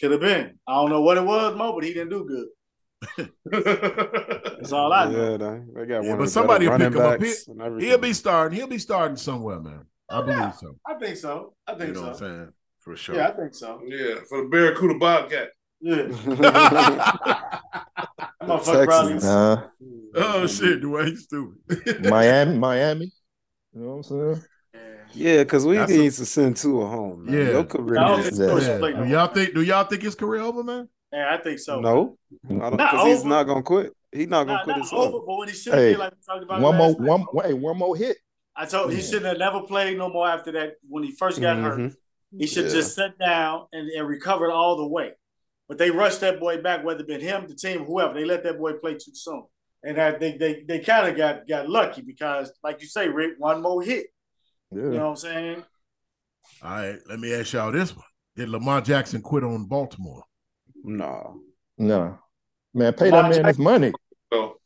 B: Could have been. I don't know what it was, Mo, but he didn't do good. That's all I know.
F: Yeah, they, they got
E: Yeah,
F: one.
E: but
F: of the
E: somebody will
F: better
E: pick him up.
F: running backs and everything.
E: He'll be starting. He'll be starting somewhere, man. I believe so.
B: Oh, I think so. I
E: You
B: think
E: know what I'm
B: so.
E: saying? For sure.
B: Yeah, I think so.
C: Yeah, for the Barracuda Bobcat.
B: Yeah, that motherfucker
F: Texans.
B: probably was-
D: nah,
E: oh shit, Dwayne, you stupid.
D: Miami, Miami. You know what I'm saying?
F: Yeah, because we
E: That's a-
F: need to send two home. Man.
E: Yeah.
F: Your career
B: I don't
F: is-
B: think so.
E: Yeah.
B: Play no
E: Do
B: more.
E: y'all think? Do y'all think his career over, man?
B: Yeah, I think so.
F: no, because
B: Not
F: he's
B: over.
F: not gonna quit. He's not gonna
B: Nah,
F: quit
B: not
F: his
B: over,
F: own.
B: but when he should
D: Hey,
B: be like we talked about
D: One
B: last
D: more,
B: night.
D: one, hey, one more hit.
B: I told he
D: Yeah.
B: shouldn't have never played no more after that when he first got hurt.
F: Mhm.
B: He should
F: Yeah.
B: just sit down and, and recovered all the way. But they rushed that boy back, whether it been him, the team, whoever. They let that boy play too soon. And I think they they kind of got got lucky because, like you say, Rick, one more hit.
D: Yeah.
B: You know what I'm saying?
E: All right, let me ask y'all this one: Did Lamar Jackson quit on Baltimore?
F: No,
D: No, man, pay
B: Lamar
D: that man his money.
C: So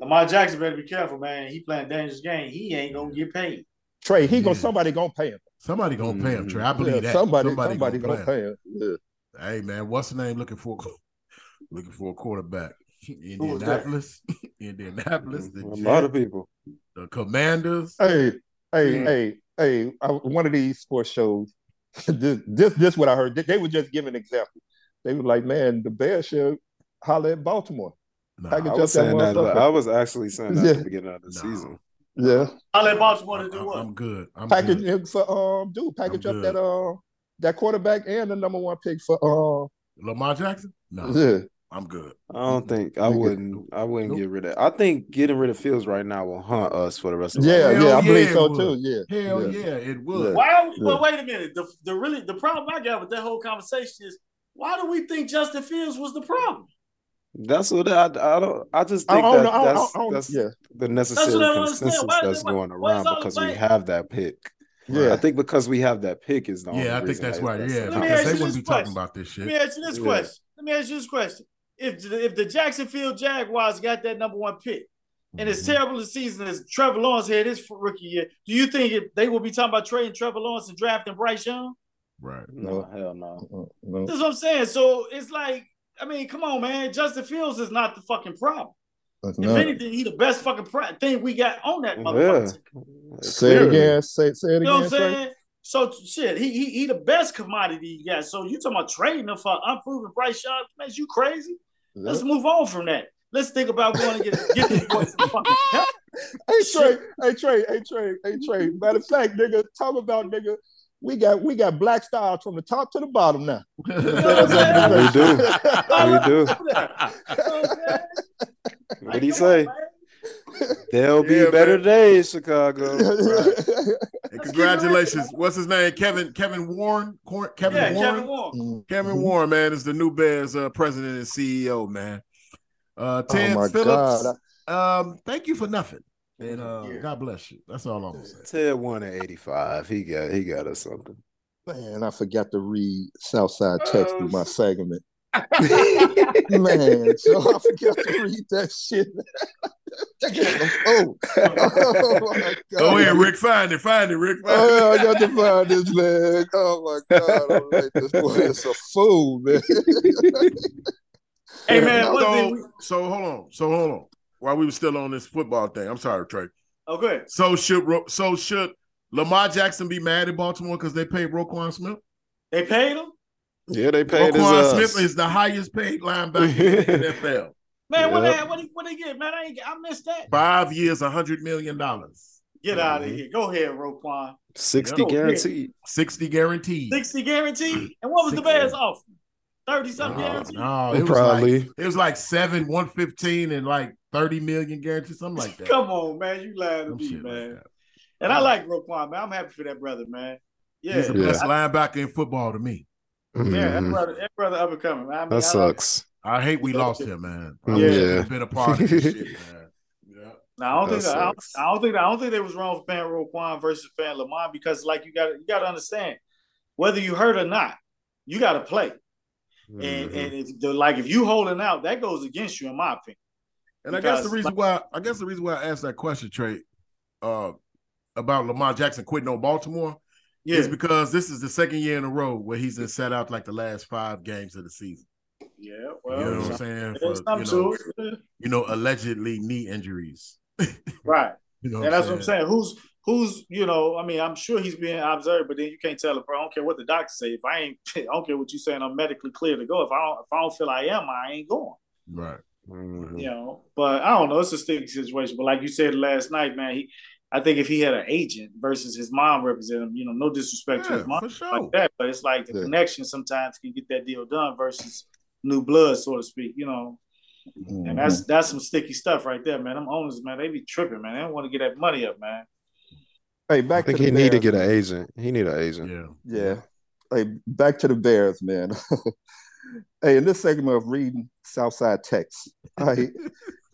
B: Lamar Jackson better be careful, man. He playing dangerous game. He ain't gonna get paid.
D: Trey, he gonna
E: Yeah.
D: somebody gonna pay him.
E: Somebody gonna pay him,
F: Mhm.
E: Trey. I believe
D: Yeah,
E: that.
D: somebody, somebody,
E: gonna
D: gonna,
E: pay
D: pay him. Yeah.
E: him. Hey man, what's the name? Looking for looking for a quarterback.
B: was that?
E: Indianapolis, Indianapolis, the,
F: a
E: Jets,
F: lot of people.
E: the Commanders.
D: Hey, hey,
B: Yeah.
D: hey, hey! I, one of these sports shows. this, this, this, what I heard. They, they were just giving an example. They were like, "Man, the Bears should holler at Baltimore."
E: Nah,
D: I
F: I
D: can
F: was
D: just that
F: saying that.
D: motherfucker.
F: I was actually saying that at
D: Yeah.
F: the beginning of the
E: No.
F: season.
D: yeah,
B: I let Baltimore to
E: I'm,
B: do what?
E: I'm good. I'm
D: package
E: good.
D: him for um, dude, package
E: I'm
D: up
E: good.
D: that uh, that quarterback and the number one pick for
E: Lamar Jackson? No,
D: um, yeah.
E: I'm good.
F: I don't
E: Mhm.
F: think I
D: You get-
F: wouldn't. I wouldn't
E: Nope.
F: get rid of. I think getting rid of Fields right now will haunt us for the rest of
D: Yeah,
F: our life.
E: Hell
D: yeah, I
E: yeah,
D: believe
E: it
D: so
E: would.
D: too. Yeah,
E: Hell yeah, it would.
D: Yeah.
B: Why? Are we,
D: Yeah.
B: Well, wait a minute. The, the really the problem I got with that whole conversation is why do we think Justin Fields was the problem?
F: That's what I. I don't. I just
D: I
F: think
D: don't
F: that
D: know. I
F: that's
D: don't- I don't-
F: that's
D: Yeah,
F: the
B: That's what I
F: necessary
B: don't understand.
F: consensus
B: Why-
F: that's
B: why-
F: going
B: why is
F: around
B: all the
F: because we
B: fight?
F: have that pick.
D: yeah.
F: I think because we have that pick is the only
E: Yeah, I think
F: reason
E: that's
F: that-
E: right. Yeah,
B: Let me
E: because
B: ask
E: they
B: you
E: wouldn't
B: this
E: be talking
B: question.
E: about this
B: Let me
E: shit.
B: ask you this
F: Yeah.
B: question. Let me ask you this question. If the, if the Jacksonville Jaguars got that number one pick, and as
E: Mhm.
B: terrible a season as Trevor Lawrence had his rookie year, do you think if they will be talking about trading Trevor Lawrence and drafting Bryce Young?
D: Mm-hmm.
E: Right.
F: No, hell no.
D: Mm, no.
B: That's what I'm saying. So it's like, I mean, come on, man. Justin Fields is not the fucking problem.
D: no.
B: If anything, he the best fucking pro- thing we got on that motherfucker.
F: Yeah.
D: Say it again. Say, say it
B: You know what
D: again.
B: I'm
D: Trey.
B: saying? So shit, he he, he the best commodity you got. So you talking about trading him for unproven Bryce Young? Man, you crazy?
D: Yeah.
B: Let's move on from that. Let's think about going to get get this boy some fucking help.
D: Hey Trey, hey Trey, hey Trey, hey Trey. Matter of fact, nigga, talk about nigga. We got we got black styles from the top to the bottom now.
F: We do. We do.
B: You know what I'm saying?
F: What
B: Like,
F: do you
B: come on,
F: say?
B: man.
F: There'll be
E: Yeah,
F: better
E: man.
F: days, Chicago.
E: And
B: Let's keep it real.
E: congratulations. What's his name? Kevin Kevin Warren. Cor- Kevin
B: Yeah,
E: Warren.
B: Kevin Warren.
D: Mm,
E: Kevin
D: Mm-hmm.
E: Warren, man, is the new Bears uh, president and CEO, man. Uh,
D: Oh
E: Terrence
D: my
E: Phillips,
D: god.
E: um, thank you for nothing, and uh, God bless you. That's all I'm gonna say.
F: Ted won at 85. He got he got us something.
D: Man, I forgot to read Southside text through my segment. Man, so I forgot to read that shit. I got the phone. Oh, my God.
E: Go ahead, Rick. Find it. Find it, Rick. Find it.
D: Oh, I got to find this man. Oh my God, I'm like, this boy is a fool, man.
B: Hey man, one thing we-
E: so, so hold on. So hold on. While we were still on this football thing, I'm sorry, Trey.
B: oh good.
E: So should Ro- so should Lamar Jackson be mad at Baltimore because they paid Roquan Smith?
B: They paid him.
F: Yeah, they paid his uh,
E: Roquan
F: us.
E: Smith is the highest paid linebacker in the NFL.
B: Man, what
F: Yep.
B: they what they, what they get? Man, I ain't I missed that.
E: Five years, hundred million dollars,
B: Get out
F: Mm-hmm.
B: of here. Go ahead, Roquan.
F: 60
B: Yeah.
F: guaranteed.
E: sixty guaranteed.
B: Sixty
F: Mm-hmm.
B: guaranteed. And what was the Bears offer? Thirty something
E: No,
B: guaranteed.
E: Uh, no, it was like
F: Probably.
E: it was like seven, one fifteen, and like thirty million guaranteed, something like that.
B: Come on, man, you lying to
E: Some
B: me,
E: shit like
B: man.
E: that.
B: and I like Roquan, man. I'm happy for that brother, man. Yeah,
E: He's the
F: Yeah.
E: best linebacker in football to me.
B: yeah, mm-hmm. that
F: Mhm.
B: brother, that brother up and coming. man. I mean,
F: That
B: I like-
F: sucks.
E: I hate we lost him, man. I
F: Yeah.
E: wish he'd been a part of this shit, man. Yeah.
B: No, I don't
F: That
B: think I don't,
F: sucks.
B: I don't think I don't think they was wrong for paying Roquan versus paying Lamar because like you got you got to understand whether you hurt or not, you got to play. And
F: Mm-hmm.
B: and if the, like if you holding out, that goes against you in my opinion.
E: And I guess the
B: Because-
E: reason why I guess the reason why I asked that question, Trey, uh, about Lamar Jackson quitting on Baltimore
B: Yeah,
E: is because this is the second year in a row where he's been set out like the last five games of the season.
B: yeah. Well,
E: you know what I'm
B: some-
E: saying? For,
B: there's some
E: you, know,
B: to it.
E: you know, allegedly knee injuries.
B: right?
E: You know,
B: And that's what I'm saying. Who's who's you know? I mean, I'm sure he's being observed, but then you can't tell a bro. I don't care what the doctor say. If I ain't, I don't care what you saying. I'm medically clear to go. If I don't, if I don't feel I am, I ain't going.
E: Right.
F: Mhm.
B: you know. But I don't know. It's a sticky situation. But like you said last night, man, he, I think if he had an agent versus his mom representing him, you know, no disrespect to
E: Yeah,
B: his mom
E: for sure.
B: like that, but it's like the
D: Yeah.
B: connection sometimes can get that deal done versus new blood, so to speak. You know, and that's
D: Mm-hmm.
B: that's some sticky stuff right there, man. Them owners, man, they be tripping, man. They don't want to get that money up, man.
D: hey,
F: I
D: back
F: think
D: to
F: he
D: the
F: need to
D: Bears,
F: get
D: man.
F: an agent. He need an agent.
E: Yeah.
D: Yeah. Hey, back to the Bears, man. hey, in this segment of reading Southside text, right,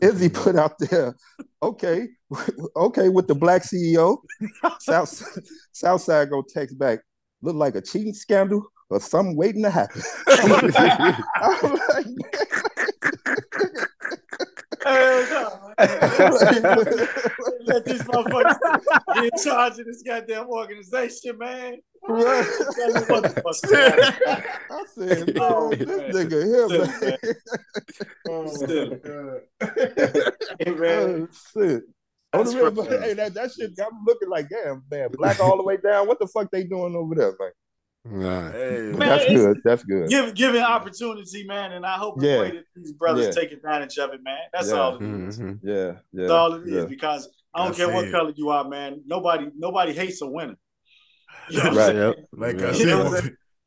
D: Izzy put out there, okay, okay, with the black CEO, South Southside go text back, look like a cheating scandal or something waiting to happen. I'm like,
B: Hell no. Let these motherfuckers be in charge of this goddamn organization, man.
D: right.
B: Tell them what the fuck's going on.
D: I said, no, this nigga here, man.
B: Still. Hey, man.
D: Oh, shit. Oh,
B: That's
D: the real,
B: right.
D: hey, that, that shit got me looking like, damn, man, black all the way down. What the fuck they doing over there, man?
F: Nah.
E: Hey,
D: But
B: Man,
D: that's
B: it's-
D: good. That's good.
B: Give give it opportunity, man, and I hope and
D: Yeah.
B: pray that these brothers
D: Yeah. take
B: take advantage of it, man. That's
D: Yeah.
B: all it is.
F: Mhm.
D: Yeah, yeah.
B: That's all it is
D: yeah.
B: because I don't
E: Mm-hmm. I
B: care
E: see
B: what
E: it.
B: color you are, man. Nobody nobody hates a winner. You know what I'm
D: Right.
B: saying?
F: Yep.
E: like
F: Yeah.
B: You know
E: I said,
B: what I'm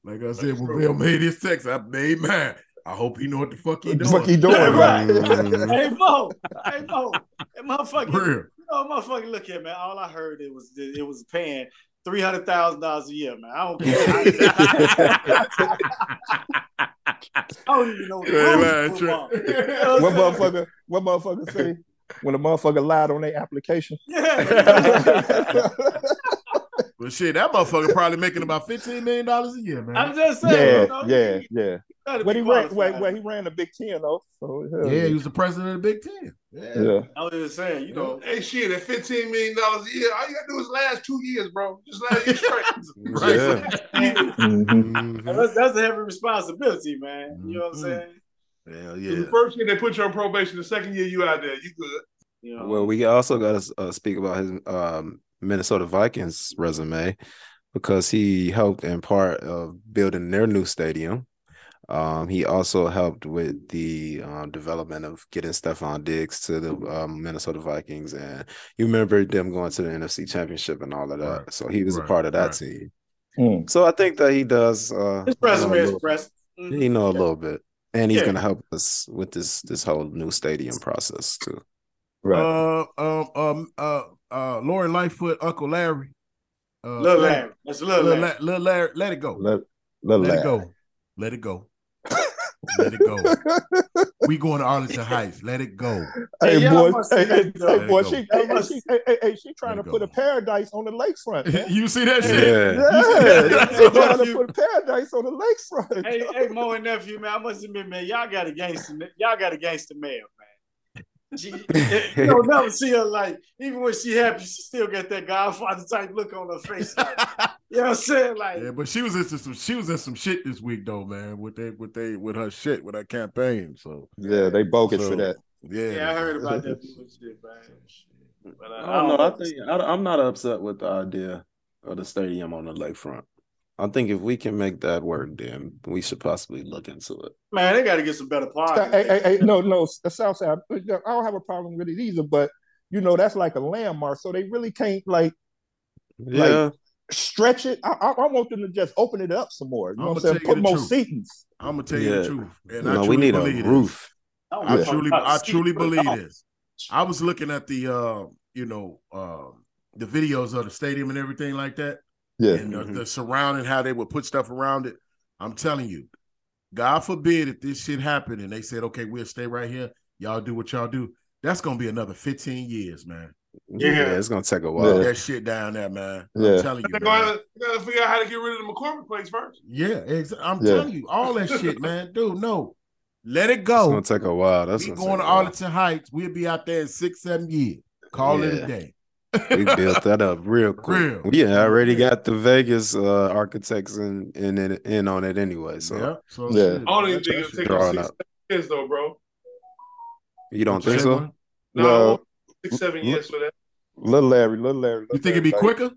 E: when- like I said, when Bill made his text, I made mine. I hope he know what the fuck he
D: What the
E: doing.
D: fuck he doing?
B: Yeah,
D: man?
F: Mhm.
B: Hey Mo, hey Mo, that motherfucker,
E: Real.
B: you know, motherfucker, look here, man. All I heard it was it was paying three hundred thousand dollars a year, man. I don't care. I don't even know what the
E: You ain't
B: rules
E: lying,
B: of football. You know what I'm
D: What
E: Trey.
B: saying?
D: motherfucker? What motherfucker say? When a motherfucker lied on their application?
B: Yeah.
E: But shit, that motherfucker probably making about fifteen million dollars a year, man.
B: I'm just saying,
D: yeah,
B: you know,
D: yeah, yeah.
B: gotta
D: Well,
B: be
D: he ran,
B: qualified.
D: well, well, he ran the Big Ten though. So hell
E: Yeah, he was the president of the Big Ten. Yeah.
D: yeah.
B: I was just saying, you know,
C: Hey, shit, at $15 million a year, all you got to do is last two years, bro. Just last year straight.
E: Right.
F: Yeah.
B: and
D: Mhm.
F: Mhm.
B: that's, that's a heavy responsibility, man. You know what I'm
E: Mhm.
B: saying?
E: Hell
C: The Mm-hmm. first year they put you on probation, the second year you out there, you good.
B: You know,
F: Well, we also got to uh, speak about his um, Minnesota Vikings resume because he helped in part of building their new stadium. Um, he also helped with the um, development of getting Stephon Diggs to the um, Minnesota Vikings, and you remember them going to the NFC Championship and all of that.
E: Right.
F: So he was
E: Right.
F: a part of that
E: Right.
F: team.
D: Mm.
F: So I think that he does. Uh,
B: his
F: you know, a
B: resume is
F: little-
B: pressed. Mhm.
F: he know a little bit, and he's
B: Yeah.
F: gonna help us with this this whole new stadium process too.
D: Right.
E: Uh, um, um, uh, uh, Lori Lightfoot, Uncle Larry. Uh,
B: Lil Larry. That's Lil
E: Lil,
B: Larry.
E: La- Lil Larry, let it go.
D: Let, let,
E: Let
D: let
E: it go. Let it go. Let it go. we going to Arlington Heights. Let it go.
D: Hey,
B: Yeah,
D: boy,
B: I must
D: hey,
B: see
D: hey,
B: that, though.
D: hey, boy, she,
B: I
D: hey, hey,
B: must-
D: she, hey, hey, hey, she trying
E: Let
D: to
E: it go.
D: put a paradise on the lakefront. man.
E: you see that shit?
F: Yeah.
D: Yeah,
E: That's what
D: they trying
E: you-
D: to put a paradise on the lakefront.
B: hey, hey, Mo and nephew, man, I must admit, man, y'all got a gangster, y'all got a gangster mail, man. She,
F: uh,
B: you don't never see her like, even when she happy, she still got that Godfather type look on her face. like, you know what I'm saying? Like,
E: Yeah, but she was into some she was in some shit this week though, man. With they with they with her shit with her campaign. So
D: Yeah, they bogus
E: So-
D: for that.
E: yeah,
B: yeah, I heard about that bullshit, man. But, uh,
F: I don't know. I
C: Oh.
F: think I, am not upset with the idea of the stadium on the lakefront. I think if we can make that work, then we should possibly look into it.
B: man, they got to get some better parking.
D: Hey, hey, hey, no, no, S- uh, Southside. I don't have a problem with it either, but you know that's like a landmark, so they really can't like Like,
F: Yeah,
D: stretch it. I, I, I want them to just open it up some more. You know
E: I'ma
D: what I'm saying?
E: tell you
D: Put
E: the
D: more
E: truth.
D: seatings.
E: I'm gonna tell you the
F: Yeah.
E: truth. And I
F: no,
E: truly
F: we need a
E: believe this.
F: roof.
B: don't
E: I
B: give a fuck
E: truly,
B: about
E: I
B: the
E: truly
B: seat, but
E: believe
B: don't.
E: this. I was looking at the, uh, you know, uh, the videos of the stadium and everything like that,
D: Yeah.
E: and the,
F: Mhm.
E: the surrounding how they would put stuff around it. I'm telling you, God forbid if this shit happened and they said, okay, we'll stay right here. Y'all do what y'all do. That's gonna be another 15 years, man.
F: Yeah,
C: Yeah.
F: it's gonna take a while.
E: That shit down there, man. I'm
D: Yeah.
E: telling you,
C: They're
E: man.
C: gonna, they're gonna figure out how to get rid of the McCormick place first.
E: Yeah, ex- I'm
D: Yeah.
E: telling you, all that shit, man, dude. No, let it
F: It's
E: go.
F: gonna take a while. That's
E: Oh. we
F: gonna
E: going
F: take
E: to
F: a while.
E: Arlington Heights. We'll be out there in six, seven years. Call it
F: Yeah.
E: a day.
F: we built that up real quick.
E: Real.
F: We had already
E: Yeah.
F: got the Vegas uh, architects in, in in in on it anyway. So
E: yeah. So
D: Yeah.
E: shit,
C: I don't even
E: that-
C: think
E: that
C: it'll
E: shit-
C: take
F: Drawing
C: us six,
F: up.
C: seven years though, bro.
F: you don't
E: You
F: think
E: say
F: so?
E: what?
C: No,
D: Well,
C: it won't take six, seven years for that.
D: Little Larry, little Larry.
E: You
D: Little
E: think it'd be
D: Larry,
E: quicker?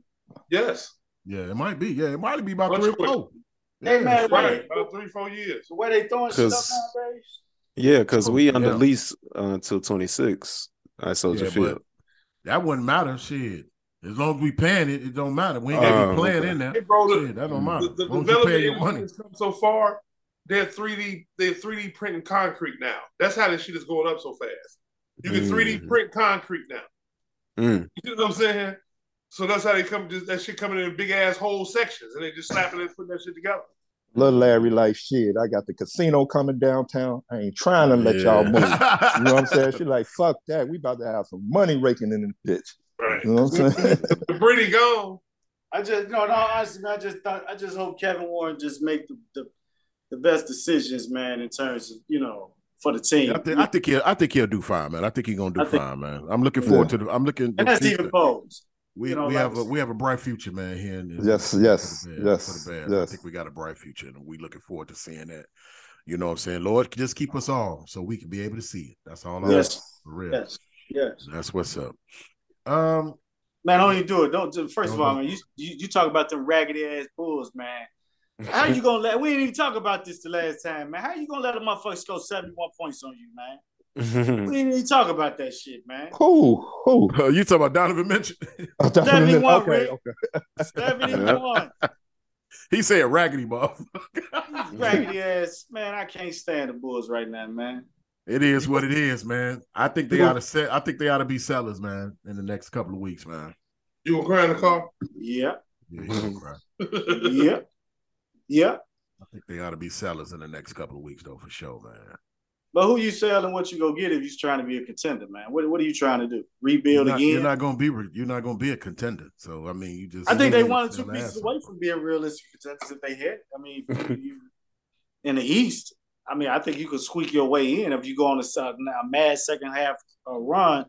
C: Yes,
E: Yeah, it might be. Yeah, it might be about
C: Much
E: three or
C: quicker.
E: four.
B: Hey,
E: Yeah.
B: man,
C: right.
B: right.
C: About three, four years.
B: The way they throwing shit up
F: 'Cause-
B: nowadays.
F: Yeah, because
E: So,
F: we under
E: yeah.
F: lease uh, until twenty six. I Soldier
E: Yeah, but-
F: Field.
E: That wouldn't matter. Shit. As long as we paying it, it don't matter. We ain't gotta
F: Oh,
E: be playing
F: okay.
E: in there.
C: Hey, bro, the-
E: Shit, that don't
F: Mm.
E: matter.
C: The, the
E: As long as you pay
C: development
E: your
C: industry
E: money.
C: has come so far. They're three D. They're three D printing concrete now. That's how this shit is going up so fast. You can three D
E: Mm.
F: Mhm.
C: print concrete now.
F: Mm.
C: You know what I'm saying? So that's how they come. Just, that shit coming in big ass whole sections, and they just slapping it and putting that shit together.
D: Little Larry, like shit. I got the casino coming downtown. I ain't trying to let y'all
F: Yeah.
D: move. You know what I'm saying? She like, fuck that. We about to have some money raking in this bitch.
C: Right.
D: You know what I'm saying?
C: The Brady gone.
B: I just no, no. Honestly, man, I just thought, I just hope Kevin Warren just make the, the the best decisions, man, in terms of you know for the team.
E: I think, I think he'll I think he'll do fine, man. I think he's gonna do
B: I think-
E: fine, man. I'm looking forward to the I'm looking
B: and
E: the
B: that's
E: future.
B: even posed.
E: We,
B: You know,
E: we
B: like-
E: have a we have a bright future, man. Here in in-
D: Yes,
E: for the
D: yes,
E: band,
D: yes,
E: for the band. I
D: yes.
E: think we got a bright future, and we looking forward to seeing that. You know what I'm saying, Lord, just keep us all so we can be able to see it. That's all. I'm
B: Yes.
E: for real.
B: Yes, yes.
E: That's what's up. Um,
B: Man, don't even do it. Don't. Just, 1st of
E: Don't
B: all,
E: do
B: man, you, you you talk about them raggedy ass bulls, man. How you gonna let? We didn't even talk about this the last time, man. How you gonna let a motherfucker score seventy one points on you, man? We didn't even talk about that shit, man.
D: Who? Who?
E: you talking about Donovan Mitchell?
B: Seventy-one,
D: okay,
B: Rick.
D: okay.
B: Seventy one.
E: he said raggedy ball.
B: raggedy ass, man. I can't stand the bulls right now, man.
E: it is what it is, man. I think they ought to set. I think they ought to be sellers, man, in the next couple of weeks, man.
C: You gonna cry in the car?
B: Yeah,
E: Yeah, you
D: Mm-hmm.
E: know, bro.
B: yeah, yeah.
E: I think they ought to be sellers in the next couple of weeks, though, for sure, man.
B: But who you selling? What you go get if you're trying to be a contender, man? What What are you trying to do? Rebuild
E: you're not,
B: again?
E: You're not gonna be. re- You're not gonna be a contender. So I mean, you just.
B: I think they
E: you're
B: one or two
E: an
B: pieces
E: asshole.
B: away from being realistic contenders if they hit. I mean, you- you- in the East, I mean, I think you could squeak your way in if you go on a, s- a mad second half uh, run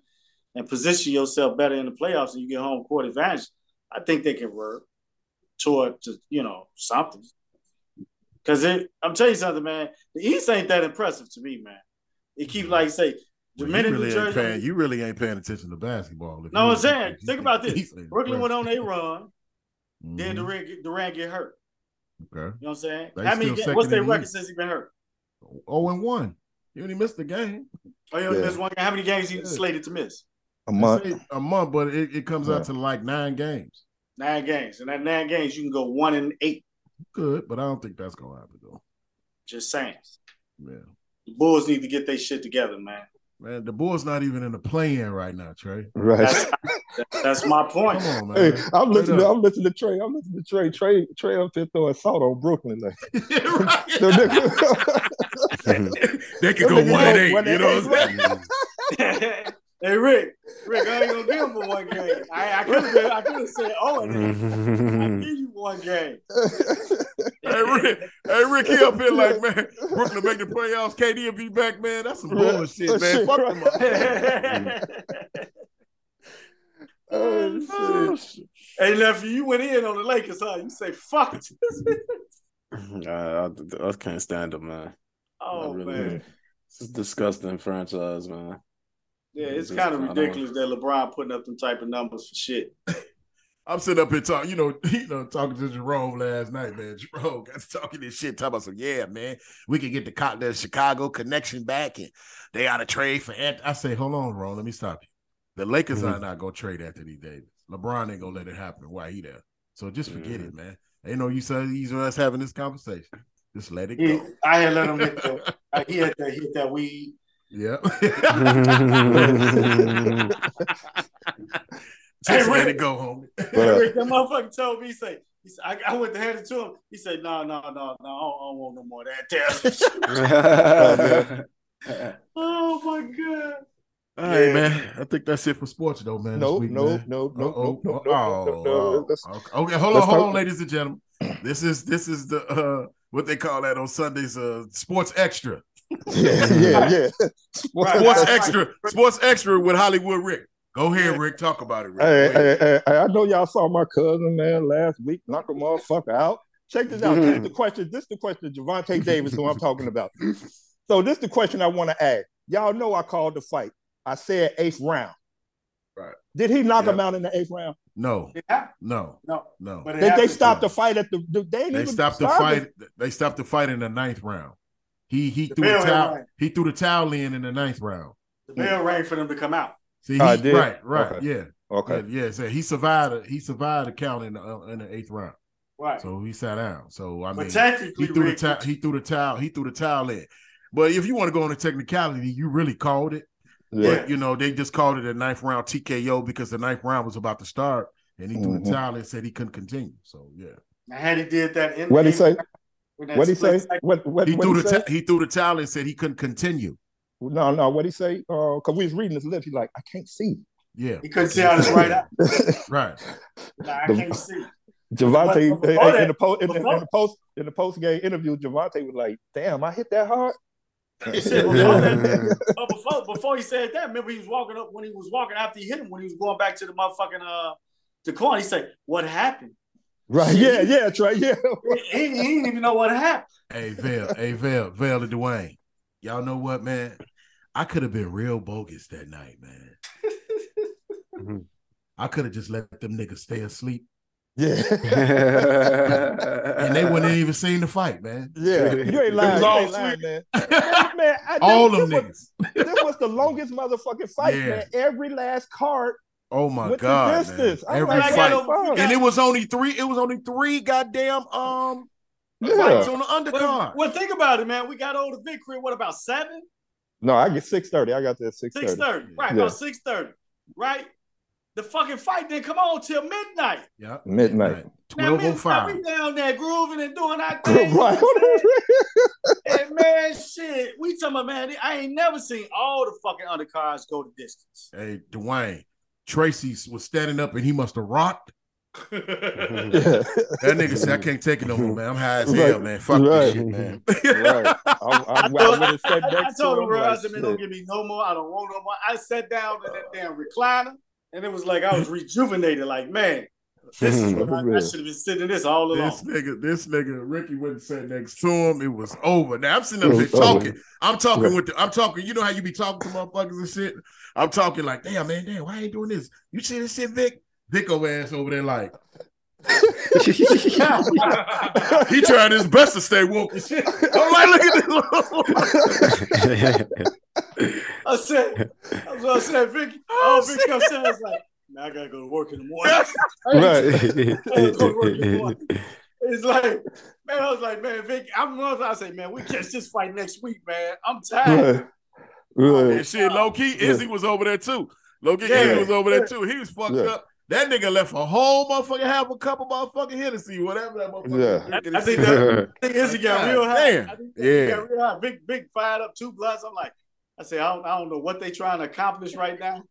B: and position yourself better in the playoffs and you get home court advantage. I think they can work toward to, you know something. Because I'm telling you something, man. The East ain't that impressive to me, man. It keep like say the
E: Well,
B: minute
E: you really
B: New
E: ain't
B: Jersey,
E: paying. You really ain't paying attention to basketball. If
B: No,
E: you-
B: I'm saying,
E: if you
B: think about this.
E: he's-
B: Brooklyn went on their run.
E: Mhm.
B: Then Durant get, Durant get hurt.
E: Mm-hmm. Okay.
B: You know what I'm saying?
E: They
B: How many
E: still
B: ga-
E: second
B: What's their
E: in the
B: record
E: East.
B: since he been hurt?
E: Oh, and one. You only missed the game.
B: Oh, yeah,
D: Yeah.
B: missed one. game. How many games he
E: Yeah.
B: slated to miss?
D: A
E: They
D: month.
E: say A month, but it, it comes out to
D: Yeah.
E: like nine games.
B: Nine games. And that nine games, you can go one and eight.
E: Good, but I don't think that's gonna happen though.
B: Just saying.
E: Yeah,
B: The Bulls need to get their shit together, man.
E: man. The Bulls not even in the play-in right now, Trey.
D: Right.
B: That's that's my point.
E: Come on, man.
D: Hey, I'm listening.
E: Straight up.
D: I'm listening to Trey. I'm listening to Trey. Trey. Trey up there throwing salt on Brooklyn. Like,
E: Right.
D: the nigga-
E: They could go
B: Them niggas
E: one and eight. You know
B: eight,
E: what I'm saying?
B: right? hey Rick, Rick, I ain't gonna give him a one game. I, I could have, I could have said, oh, and then I
F: Mm-hmm.
B: give you one game.
E: Hey, Rick, hey, Rick, he up here like, man, Brooklyn make the playoffs. KD will be back, man. That's some
D: Right.
E: bullshit,
D: That
E: man.
D: shit,
E: Fuck
D: right.
E: them up.
D: Oh, shit.
B: hey nephew, you went in on the Lakers, huh? You say fuck it.
F: I, I, I can't stand them, man.
B: oh
F: I really
B: man,
F: do. This is disgusting franchise, man.
B: yeah, it's
F: Just
B: kind of
F: kinda-
B: ridiculous that LeBron putting up them type of numbers for shit.
E: I'm sitting up here talking, you know, you know, talking to Jerome last night, man. Jerome got to talking this shit, talking about some, yeah, man, we can get the, co- the Chicago connection back, and they ought to trade for Ant. I say, hold on, Ron, let me stop you. The Lakers are
D: Mm-hmm.
E: not gonna trade Anthony Davis. LeBron ain't gonna let it happen while he there. So just forget
D: Mm-hmm.
E: it, man. Ain't no use of use of us having this conversation. Just let it
B: He-
E: go.
B: I had let him hit the, I- he had to hit that weed.
E: Yeah. Oh,
B: Hey,
E: Just let
B: Rick.
E: it go, homie.
D: But-
B: Rick, that motherfucker told me, he said, he said I, I went to hand it to him. He said, no, no, no, no, I don't, I don't want no more of that. oh my god.
E: All right, man. I think that's it for sports, though, man. this
D: Nope,
E: week,
D: nope,
E: man.
D: nope, nope,
E: Uh-oh, Oh.
D: nope, nope,
E: uh-oh,
D: nope, nope, nope. Let's-
E: uh-oh. Okay, hold on,
D: let's
E: hold
D: talk-
E: on, ladies and gentlemen. This is this is the uh what they call that on Sundays, uh sports extra.
D: yeah, yeah, yeah.
B: Right.
E: Sports
B: Right.
E: extra, sports extra with Hollywood Rick. Go ahead, Rick. Talk about it, Rick.
D: Hey,
E: Go
D: hey,
E: ahead.
D: hey, hey, I know y'all saw my cousin man last week knock a motherfucker out. Check this out. This is the
E: Mm-hmm.
D: question. This is the question, Javante Davis, who I'm talking about. So this is the question I want to ask. Y'all know I called the fight. I said eighth round.
E: Right.
D: Did he knock
E: Yeah.
D: him out in the eighth round?
E: No,
B: Yeah,
E: no,
B: no,
E: no.
B: but it
D: They, they
B: happened.
D: stopped the fight at the. They, didn't
E: They
D: even
E: stopped the
D: start
E: fight. They stopped the fight in the ninth round. He he
B: The
E: threw the
B: bell
E: towel.
B: rang.
E: He threw the towel in in the ninth round.
B: The
E: Mm.
B: bell rang for them to come out.
E: See, he,
D: Oh, it did?
E: right, right,
D: Okay.
E: yeah,
D: Okay.
E: yeah, yeah. So he survived. A, he survived a count in the uh, in the eighth round.
B: Right.
E: So he sat down. So I mean,
B: but technically,
E: he threw the
B: Rick,
E: towel. He threw the towel. He threw the towel in. But if you want to go on a technicality, you really called it.
D: Yeah.
E: But you know, they just called it a ninth round TKO because the ninth round was about to start, and he threw
D: Mhm.
E: the towel and said he couldn't continue. So yeah,
B: now, had he did that in
D: What he
B: in-
D: say?
B: when that
D: What he say?
B: split second-
D: What what
E: he
D: what
E: threw
D: he
E: the
D: say?
E: ta- he threw the towel and said he couldn't continue.
D: No, no. What he say? Uh, cause we was reading his lips. He's like, I can't see.
E: Yeah,
B: He couldn't see out his right eye.
E: right.
B: Nah, I
D: The-
B: can't see.
D: Javante
B: But- but before
D: in, in
B: that-
D: the post in, the-
B: before-
D: in the post in the post game interview, Javante was like, "Damn, I hit that hard."
B: He said before that, but before before he said that, remember he was walking up when he was walking after he hit him when he was going back to the motherfucking uh the corner. He said, "What happened?"
D: Right? Yeah, yeah, that's right. Yeah,
B: He, he, he didn't even know what happened.
E: Hey Vel, hey Vel, Vel and Dwayne. Y'all know what, man? I could have been real bogus that night, man.
F: Mhm.
E: I could have just let them niggas stay asleep,
D: yeah,
E: and they wouldn't have even seen the fight, man.
D: yeah. You ain't lying, you
C: all
D: ain't lying man. Man, man, I-
E: All
D: this,
E: them
D: this
E: niggas.
D: Was, this was the longest motherfucking fight,
E: Yeah.
D: man. Every last card
E: Oh my
D: went the
E: god, man.
D: distance. I'm
E: every
D: like,
E: fight.
D: "What the fuck?"
E: and it was only three. It was only three goddamn um fights
D: Yeah.
E: on the
B: Well,
E: undercard.
B: well, think about it, man. We got older Vic Crib, what about seven?
D: No, I get six thirty. I got that six
B: Six
D: thirty.
B: thirty. Right,
D: Yeah.
B: about six thirty. Right? The fucking fight didn't come on till midnight.
E: Yeah,
D: Midnight.
B: Now,
E: twelve oh
B: midnight,
E: five.
B: we down there grooving and doing our thing.
D: right.
B: And man, shit, we talking about man. I ain't never seen all the fucking undercards go the distance.
E: Hey Dwayne, Tracy was standing up, and he must have rocked.
D: yeah.
E: That nigga said, "I can't take it no more, man. I'm high as
D: Right.
E: hell, man. Fuck this
D: Right.
E: shit, man."
D: Right. I, I, I, would've sat
B: I, I
D: next to
B: told
D: him,
B: him, bro, I
D: like,
B: said, man,
D: shit.
B: don't give me no more. I don't want no more. I sat down in that damn recliner, and it was like I was rejuvenated. Like, man, this is what I, I should have been sitting in this all along.
E: This nigga, this nigga, Ricky wouldn't sit next to him. It was over. Now I'm sitting up
D: It
E: here
D: was over.
E: talking. I'm talking
D: Yeah.
E: with the, I'm talking. You know how you be talking to motherfuckers and shit. I'm talking like, damn man, damn, why I ain't doing this? You see this shit, Vic? Vic over ass over there like he tried his best to stay woke and shit. I'm like, look at this.
B: I said, I, was, I said, Vicky, oh, Vicky, I said, I was like, man, I gotta go to work in the morning.
D: Right.
B: It's like, man, I was like, man, Vicky, I'm. I say, man, we catch this fight next week, man. I'm tired.
D: Right. Right.
E: and shit, low key, Izzy was over there too. Low key,
B: Yeah.
E: Izzy was over there too. He was fucked
D: Yeah.
E: up. That nigga left a whole motherfucker half a cup of motherfucking Hennessy, whatever that motherfucker.
B: I,
E: Yeah.
B: I think that I think Izzy got real high.
E: Damn.
B: I think
E: Yeah.
B: he got real high. Big, big fired up two bloods. I'm like, I say, I don't, I don't know what they trying to accomplish right now.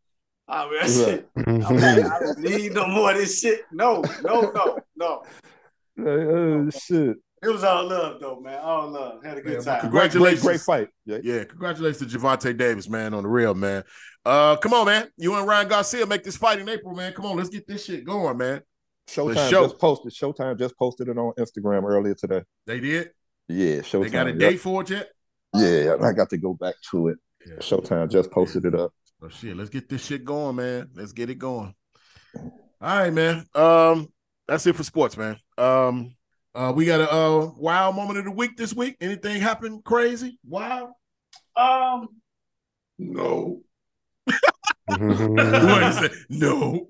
B: I mean, I said, I'm like, I don't need no more of this shit. No, no, no, no.
D: Like, oh shit!
B: It was all love though, man. All love. Had a good
E: Man,
B: time.
D: Great,
E: congr-
D: great,
E: Congratulations.
D: great fight. Yeah.
E: Yeah, congratulations to Javante Davis, man, on the real, man. Uh, come on, man. You and Ryan Garcia make this fight in April, man. Come on, let's get this shit going, man.
D: Showtime
E: show.
D: just posted. Showtime just posted it on Instagram earlier today.
E: They did.
D: Yeah, Showtime.
E: They got a
D: yeah.
E: date for it yet?
D: Yeah, I got to go back to it.
E: Yeah.
D: Showtime just posted it up.
E: So Oh, shit, let's get this shit going, man. Let's get it going. All right, man. Um, that's it for sports, man. Um, uh, we got a uh, wild moment of the week this week. Anything happen crazy? Wow.
B: Um,
C: No.
E: What is it? No.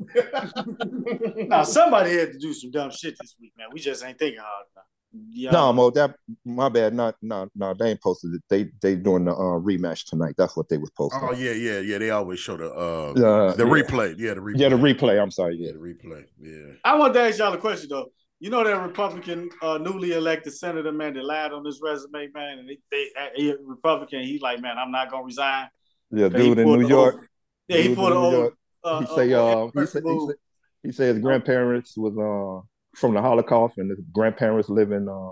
B: now somebody had to do some dumb shit this week, man. We just ain't thinking hard enough. Yeah.
D: No, Mo, that my bad. Not no no. They ain't posted it. They they doing the uh, rematch tonight. That's what they was posting.
E: Oh yeah, yeah, yeah. They always show the uh,
D: Uh,
E: the
D: yeah.
E: replay. Yeah, the replay.
D: Yeah, the replay. I'm sorry.
E: Yeah,
D: Yeah.
E: the replay. Yeah.
B: I want to ask y'all a question though. You know that Republican, uh, newly elected senator man that lied on his resume, man, and they, they uh, he a Republican. He like, man, I'm not gonna resign.
D: Yeah,
B: And he
D: dude in
B: pulled
D: New
B: the
D: York.
B: old- yeah, he
D: dude in
B: pulled an
D: New
B: old.
D: York,
B: Uh,
D: He say, uh, he said, he
B: move.
D: said, he said his grandparents was uh from the Holocaust, and his grandparents live in. Uh,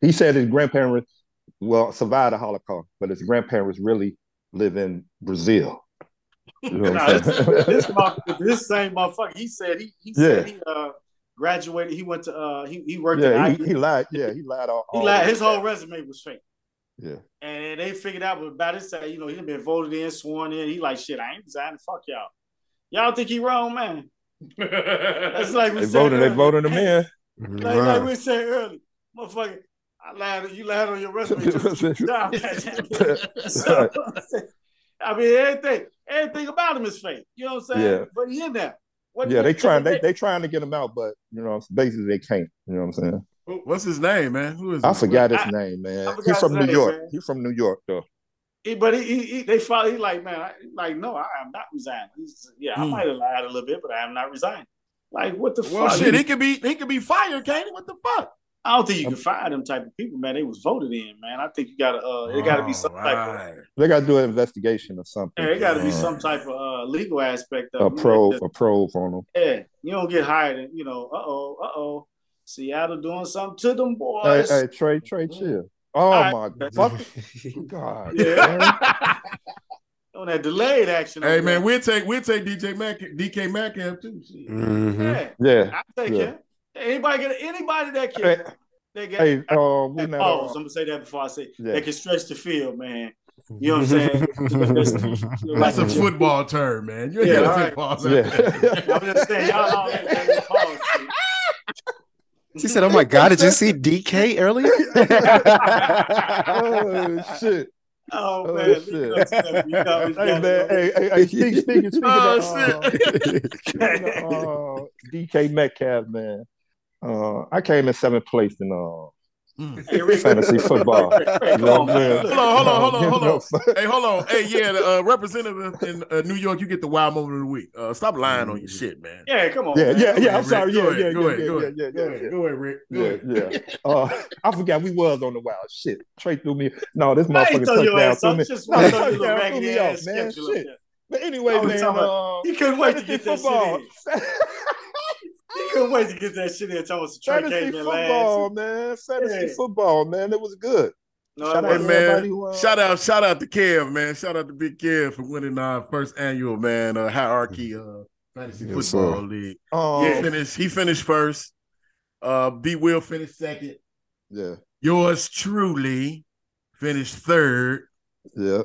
D: he said his grandparents well survived the Holocaust, but his grandparents really live in Brazil. You know what
B: Nah,
D: I'm
B: this,
D: saying?
B: this, motherfucker- this same motherfucker. He said he he said he uh, graduated. He went to uh, he he worked
D: yeah,
B: at
D: he,
B: IU.
D: he lied. Oh, Yeah, he lied all.
B: He
D: all
B: lied.
D: the
B: His
D: way.
B: whole resume was fake.
D: Yeah.
B: And they figured out but by this time, you know, he'd been voted in, sworn in. He like, shit, I ain't resigning. Fuck y'all. Y'all think he wrong, man. That's like we
D: They
B: said
D: voted. They
B: earlier.
D: voted him in.
B: Like, like we said earlier. Motherfucker, I lied. You lied on your resume. Just to get the job. So, I mean, everything, everything about him is fake. You know what I'm saying?
D: Yeah.
B: But he in there. What
D: Yeah, they trying. They they trying to get him out, but you know, basically they can't. You know what I'm saying?
E: What's his name, man? Who is
D: I
E: it?
D: forgot his
B: I-
D: name, man.
B: forgot
D: He's
B: his
D: from New
B: name,
D: York.
B: man.
D: He's from New York, though.
B: He- but he, he, he they follow. He like, man, I, like, no, I am not resigning. He's, yeah, I
E: Hmm.
B: might have lied a little bit, but I am not resigning. Like, what the
E: Well,
B: fuck?
E: shit, he could be he could be fired, can't he? What the fuck?
B: I don't think you can fire them type of people, man. They was voted in, man. I think you gotta, uh, it gotta be some
E: Oh,
B: type of,
E: Alright.
D: They got to do an investigation or something.
B: yeah, it gotta be
D: Uh,
B: some type of uh, legal aspect
D: a
B: of it.
D: probe, a probe on them.
B: Yeah, you don't get hired, and you know, uh oh, uh oh, Seattle doing something to them
D: Hey,
B: boys.
D: hey, Trey, Trey,
E: Mm.
D: chill. Oh
B: All
D: my fuck, God!
B: Yeah.
D: Aaron.
B: On that delayed action.
E: Hey
B: over
E: man, we'll take we'll take DJ Mac DK Metcalf too. Shit.
B: there.
F: Mhm.
B: yeah,
D: Yeah.
B: I take
D: Mm-hmm. Yeah.
B: him. Anybody get anybody that
D: Hey,
B: can, they got
D: hey, uh, we
B: that
D: not.
B: pause. I'm
D: uh,
B: gonna say that before I say
D: Yeah.
B: they can stretch the field, man. You know what I'm saying? You're
E: That's a
B: right.
E: football term, man. You ain't
B: Yeah,
E: gotta
B: all
E: say
B: right.
E: balls out there.
D: yeah.
B: I'm just saying, y'all all that damn pause shit.
F: She said, "Oh my God, did you see DK earlier?"
D: oh shit!
B: Oh,
D: Oh,
B: man, leave
D: shit.
B: it up to them. You know, it's
D: Hey man,
B: gotta go.
D: hey, hey, hey, speaking, speaking, speaking
E: Oh,
D: of, uh, speaking of, uh, DK Metcalf, man. Uh, I came in seventh place in uh,
E: Mm.
B: Hey, Rick,
D: fantasy football.
B: Rick, Rick, come on, man.
E: Hold on, hold on, hold on, hold on.
D: Give no fuck.
E: Hey, hold on. Hey, yeah, the, uh, representative in uh, New York, you get the wild moment of the week. Uh, stop lying on your
B: Mm-hmm.
E: shit, man.
B: Yeah, come on.
D: Yeah,
B: man.
D: yeah, yeah. I'm
E: Go
D: sorry. Yeah,
E: ahead,
D: yeah,
E: go
D: yeah,
E: ahead,
D: yeah,
E: go
D: yeah,
E: ahead,
D: yeah,
E: Go
D: yeah.
E: ahead, go ahead, Rick. Go
D: Yeah,
E: ahead.
D: yeah. Uh, I forgot we was on the wild shit. Trey threw me. No, this
B: I ain't
D: motherfucker
B: throw your
D: touchdown
B: ass
D: threw
B: up.
D: me.
B: Just
D: No,
B: want to throw your little
D: touchdown threw
B: raggedy
D: me off,
B: ass
D: man.
B: schedule up
D: Shit.
B: there.
D: But anyway,
B: I was
D: man.
B: talking
D: Uh,
B: He couldn't wait to
D: fantasy
B: get that
D: football.
B: shit in. He couldn't wait to get that shit in. Thomas Trey
D: Fantasy
B: came in
D: football,
B: last.
D: man. Fantasy
B: Yeah.
D: football, man. It was good.
B: No, it
D: Shout out
E: Hey
B: wasn't.
E: man,
D: everybody who, uh,
E: shout out, shout out to Kev, man. Shout out to Big Kev for winning our first annual man uh, hierarchy uh, fantasy
F: Yes,
E: football
F: sir.
E: league.
D: Um,
E: He
D: yeah.
E: finished. He finished first. Uh, B Will finished second.
D: yeah,
E: Yours truly finished third.
D: yeah,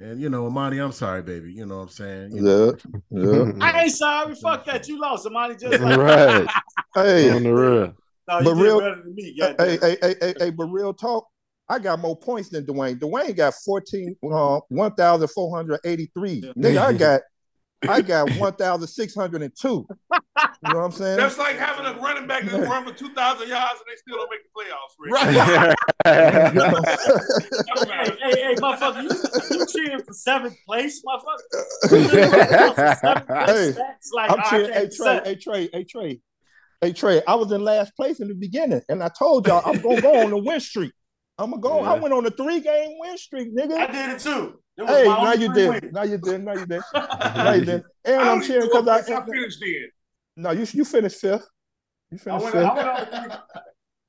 E: And you know, Amani, I'm sorry, baby. You know what I'm saying? You
D: yeah,
B: I ain't sorry. Fuck that. You lost. Somebody just like,
F: right on
D: Hey,
F: the real.
B: no, you
D: But
B: did
D: real-
B: better than me.
D: hey,
B: goddamn.
D: hey, hey, hey, hey, but real talk. I got more points than Dwayne. Dwayne got 14, uh, 1,483.
B: Yeah.
D: Nigga, I got I got 1,602. You know what I'm saying?
C: That's like having a running back that run for 2,000 yards and they still don't make the playoffs, Rick.
B: hey, hey, hey, motherfucker, you, you cheering for seventh place, motherfucker?
D: hey,
B: That's like,
D: I'm
B: I
D: cheering. Hey
B: can't
D: Trey,
B: accept.
D: hey Trey, hey Trey, hey Trey. I was in last place in the beginning, and I told y'all I'm gonna go on the win streak. I'm gonna go. I
F: Yeah.
D: went on a three game win streak,
B: I
D: nigga.
B: did it too. It was my
D: Hey, now
B: only
D: you
B: three
D: did.
B: wins.
D: Now you did. Now you did. Now you did. And
C: I
D: I'm
C: don't
D: cheering
C: even know
D: because
C: what
D: I.
C: place I finished in.
D: No, you you finished fifth. You
B: I
D: finished
B: went,
D: fifth.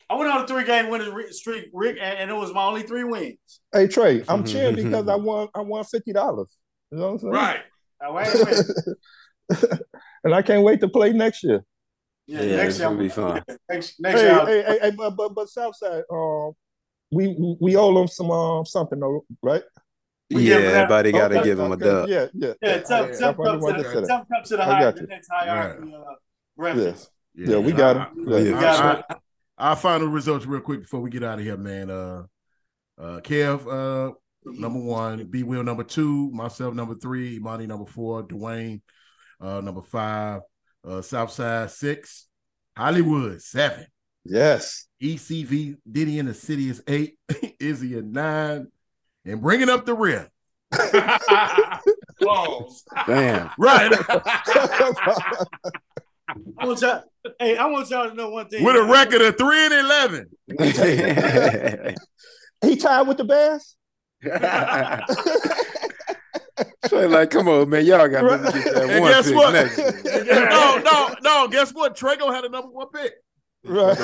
B: I went on a three, I went on a three game winning re- streak, Rick, and, and it was my only three wins.
D: Hey Trey, I'm cheering because I won. I won fifty dollars. You know what I'm saying?
C: Right.
B: Now, wait a minute.
D: and I can't wait to play next year.
B: Yeah,
F: Yeah,
B: next
F: it's
B: year,
F: gonna be fun.
B: Next,
D: Hey,
B: next year, I'll-
D: hey, hey, hey, but but but Southside, um, we we owe them some um something though, right?
B: We give
F: yeah,
B: that-
F: everybody got to
D: Okay,
F: give him a
D: okay,
F: dub.
D: Yeah, yeah,
B: yeah,
E: yeah,
B: tough, tough
D: I probably
B: cup
D: want
B: to
D: to
B: the
D: say
B: tough cup to the
D: I
B: high,
D: got
B: the
D: you.
B: next hierarchy uh,
D: yeah.
B: reference.
D: Yeah, we got him. Yeah.
E: I- I-
F: We got
E: I-
B: him.
E: I- Our final results, real quick, before we get out of here, man. Uh, uh, Kev, uh, number one, B Will, number two, myself, number three, Monty, number four, Dwayne, uh, number five, uh, Southside, six, Hollywood, seven,
D: Yes.
E: ECV, Diddy in the City is eight, Izzy at nine, and bringing up the rear.
C: Balls.
F: Damn.
E: Right.
B: I want y'all, hey, I want y'all to know one thing.
E: With a record of three and 11.
D: he tied with the Bears.
F: Trey, like, come on, man. Y'all got to get that
E: And
F: one
E: guess
F: pick
E: what?
F: next year.
E: no, no, no. Guess what? Trey gonna have a number one pick.
D: Right.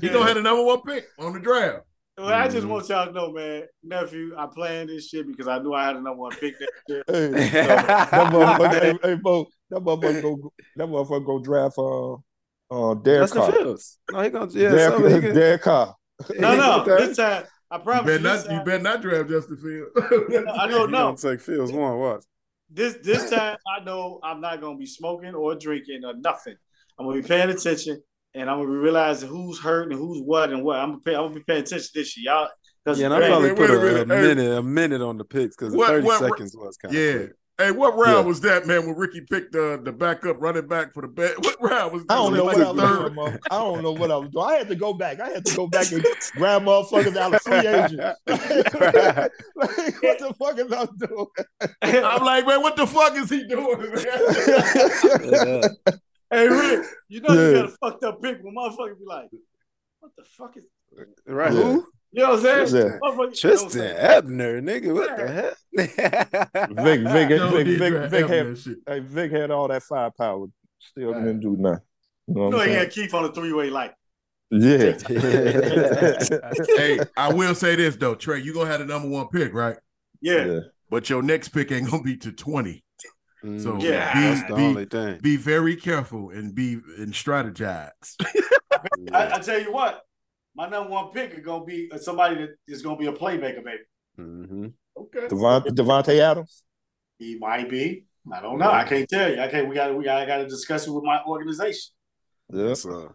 E: He gonna have a number one pick on the draft.
B: Well, I just
E: Mm-hmm.
F: Mhm.
B: want y'all to know, man, nephew, I planned this shit because I knew I had another one pick that shit.
D: hey, that motherfucker, hey, hey, Bo, that motherfucker go, that motherfucker go draft uh, uh, Derek
F: Justin
D: Carr.
F: Fields. No, he gonna yeah.
D: Derek,
F: so he can-
D: Derek Carr.
F: he
B: No,
F: can
B: no,
F: get
B: this
F: that.
B: time I
E: You
B: promise
E: better
B: you, this
E: not. You
B: time,
E: better not draft Justin Fields.
B: I don't
F: He
B: know.
F: gonna take Fields one. What?
B: This this time I know I'm not gonna be smoking or drinking or nothing. I'm gonna be paying attention and I'm gonna be realizing who's hurt and who's what and what. I'm gonna pay, I'm gonna be paying attention this year, y'all. 'cause-
F: Yeah, and I
E: Hey,
F: probably
E: wait,
F: put
E: wait a
F: a, a
E: minute, hey.
F: minute, a minute on the picks because
E: What-
F: thirty
E: what- what-
F: seconds was kind
E: yeah.
F: of quick.
E: Hey, what round
F: Yeah.
E: was that, man? When Ricky picked uh, the backup running back for the bet? What round was?
D: I don't know
E: was
D: what
E: it
D: I was doing, Mo. I don't know what I was doing. I had to go back. I had to go back and grab motherfuckers out of free agent. like, what the fuck is I doing?
E: I'm like, man, what the fuck is he doing, man?
F: Yeah.
B: Hey Rick, you know
D: Yeah.
B: you got a fucked up pick when motherfucker be like, what the fuck is
F: Right.
D: Yeah.
F: Who?
B: you know what I'm saying?
D: Yeah.
B: Motherfucker-
F: Tristan
B: you know what I'm saying?
F: Ebner, nigga. What the hell?
D: Vic, Vic,
E: No,
D: Vic,
E: he
D: Vic,
E: draft
D: Vic,
E: Ebner
D: had,
E: and shit.
D: hey, Vic had all that firepower. Still
E: Right.
D: didn't do nothing. You know
B: You
D: what
B: know
D: I'm
B: he
D: saying?
B: had Keith on a three way light.
D: Yeah.
E: hey, I will say this though, Trey, you gonna have the number one pick, right?
B: Yeah.
E: But your next pick ain't gonna be to twenty.
F: Mm,
E: So
B: Yeah.
F: that's
E: be,
F: the
E: be,
F: only thing.
E: be very careful and be and strategize.
B: I, I tell you what, my number one pick is gonna be uh, somebody that is gonna be a playmaker, baby.
F: hmm
E: okay.
D: Devont, Devontae Adams.
B: He might be. I don't know. I can't tell you. I can't. We got. We got. I got to discuss it with my organization.
D: Yeah.
F: So,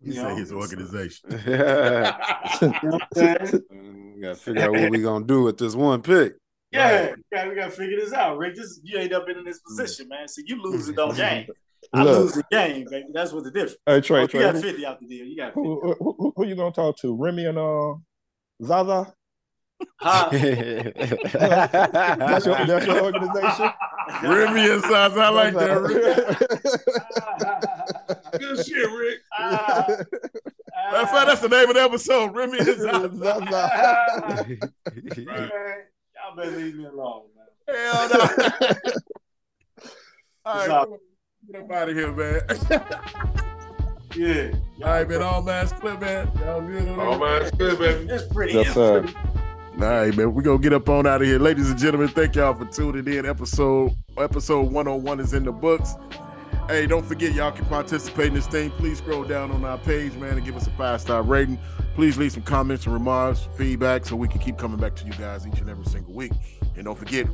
E: He
B: You
E: said
B: know?
E: his organization.
F: yeah.
B: You know what I'm saying?
F: Mm, We gotta figure out what we gonna do with this one pick.
B: yeah, yeah. We got to figure this out, Rick. This you ain't up in this position, man. So you lose it, don't gain. I
D: Look.
B: lose the game, baby. That's what the difference.
D: Hey, Trey,
B: Oh, you
D: Trey.
B: got
D: Who,
B: fifty out the deal. You got 50.
D: who, who, who, who you gonna talk to? Remy and uh, Zaza.
B: Huh?
D: That's your, that's your organization.
E: Remy and Size, I like that. Remy.
C: Good shit, Rick.
B: Ah,
E: Matter of fact, that's the name of the episode. Remy and Size.
D: Zaza.
B: Ah, Man, Y'all better leave me alone, man.
E: Hell no. All right,
B: It's all-
E: come on. get up out of here, man.
B: Yeah.
E: All right, man. All mass clip, man. Y'all good on
C: Oh,
E: that?
C: man. It's good, baby.
B: It's pretty.
D: Yes, sir.
E: All right, man. We're gonna get up on out of here. Ladies and gentlemen, thank y'all for tuning in. Episode episode 101 is in the books. Hey, don't forget y'all can participate in this thing. Please scroll down on our page, man, and give us a five-star rating. Please leave some comments and remarks, feedback, so we can keep coming back to you guys each and every single week. And don't forget,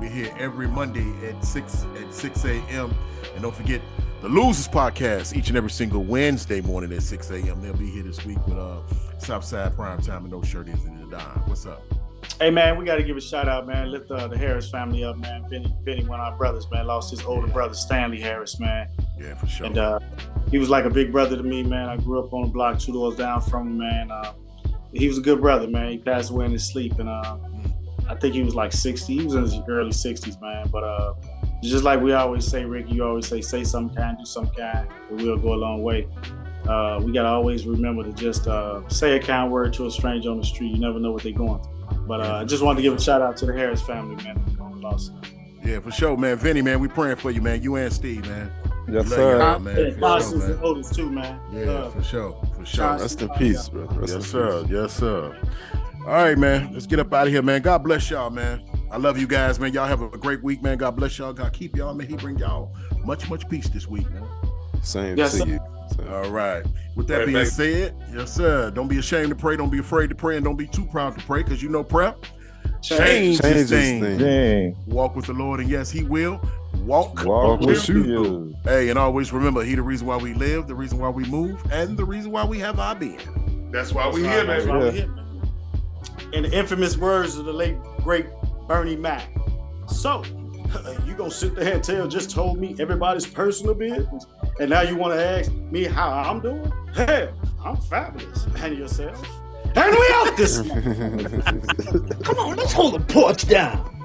E: we're here every Monday at 6 at 6 a.m. And don't forget the Losers Podcast each and every single Wednesday morning at 6 a.m. They'll be here this week with uh Southside Prime Time and No Shirt Isn't a Dime. What's up?
B: Hey man, we got to give a shout out, man. Lift uh, the Harris family up, man. Benny, Benny, one of our brothers, man, lost his older brother Stanley Harris, man.
E: Yeah, for sure.
B: And uh, he was like a big brother to me, man. I grew up on a block two doors down from him, man. Uh, he was a good brother, man. He passed away in his sleep, and uh, I think he was like 60. He was in his early 60s, man. But uh, just like we always say, Rick, you always say, say some kind, do some kind, and we'll go a long way. Uh, we gotta always remember to just uh, say a kind word to a stranger on the street. You never know what they're going through. But uh, I just wanted to give a shout out to the Harris family, man. who lost.
E: Yeah, for sure, man. Vinny, man, we praying for you, man. You and Steve, man.
D: Yes,
E: Love y'all,
D: sir.
E: man.
B: Hey,
E: For
B: my
E: sure,
B: sisters
E: man.
B: and brothers too, man.
E: Yeah,
B: Love.
E: for sure. For sure.
B: Shout
E: That's
F: Rest in peace, brother. Rest in
E: yes, sir. Yes, sir. All right, man. Let's get up out of here, man. God bless y'all, man. I love you guys, man. Y'all have a great week, man. God bless y'all. God keep y'all, man. He bring y'all much, much peace this week, man.
F: peace. Same
B: Yes,
F: to
B: sir.
F: you. Same.
E: All right. With that
C: Right,
E: being
C: baby.
E: said, yes, sir. Don't be ashamed to pray. Don't be afraid to pray, and don't be too proud to pray, because you know prep changes,
F: Changes
E: things.
F: things.
D: Dang.
E: Walk with the Lord, and yes, He will walk.
D: Walk
E: with
D: with
E: you.
D: you.
E: Hey, and always remember, He the reason why we live, the reason why we move, and the reason why we have our being.
C: That's why
B: That's
C: we
B: why-
C: here,
B: that's
C: baby.
B: why we here, man. In the infamous words of the late great Bernie Mac. So, you gonna sit there and tell just told me everybody's personal business, and now you want to ask me how I'm doing? Hell, I'm fabulous. And yourself. And we out this.
F: Come
B: morning.
F: on,
K: Come on, let's hold the porch down.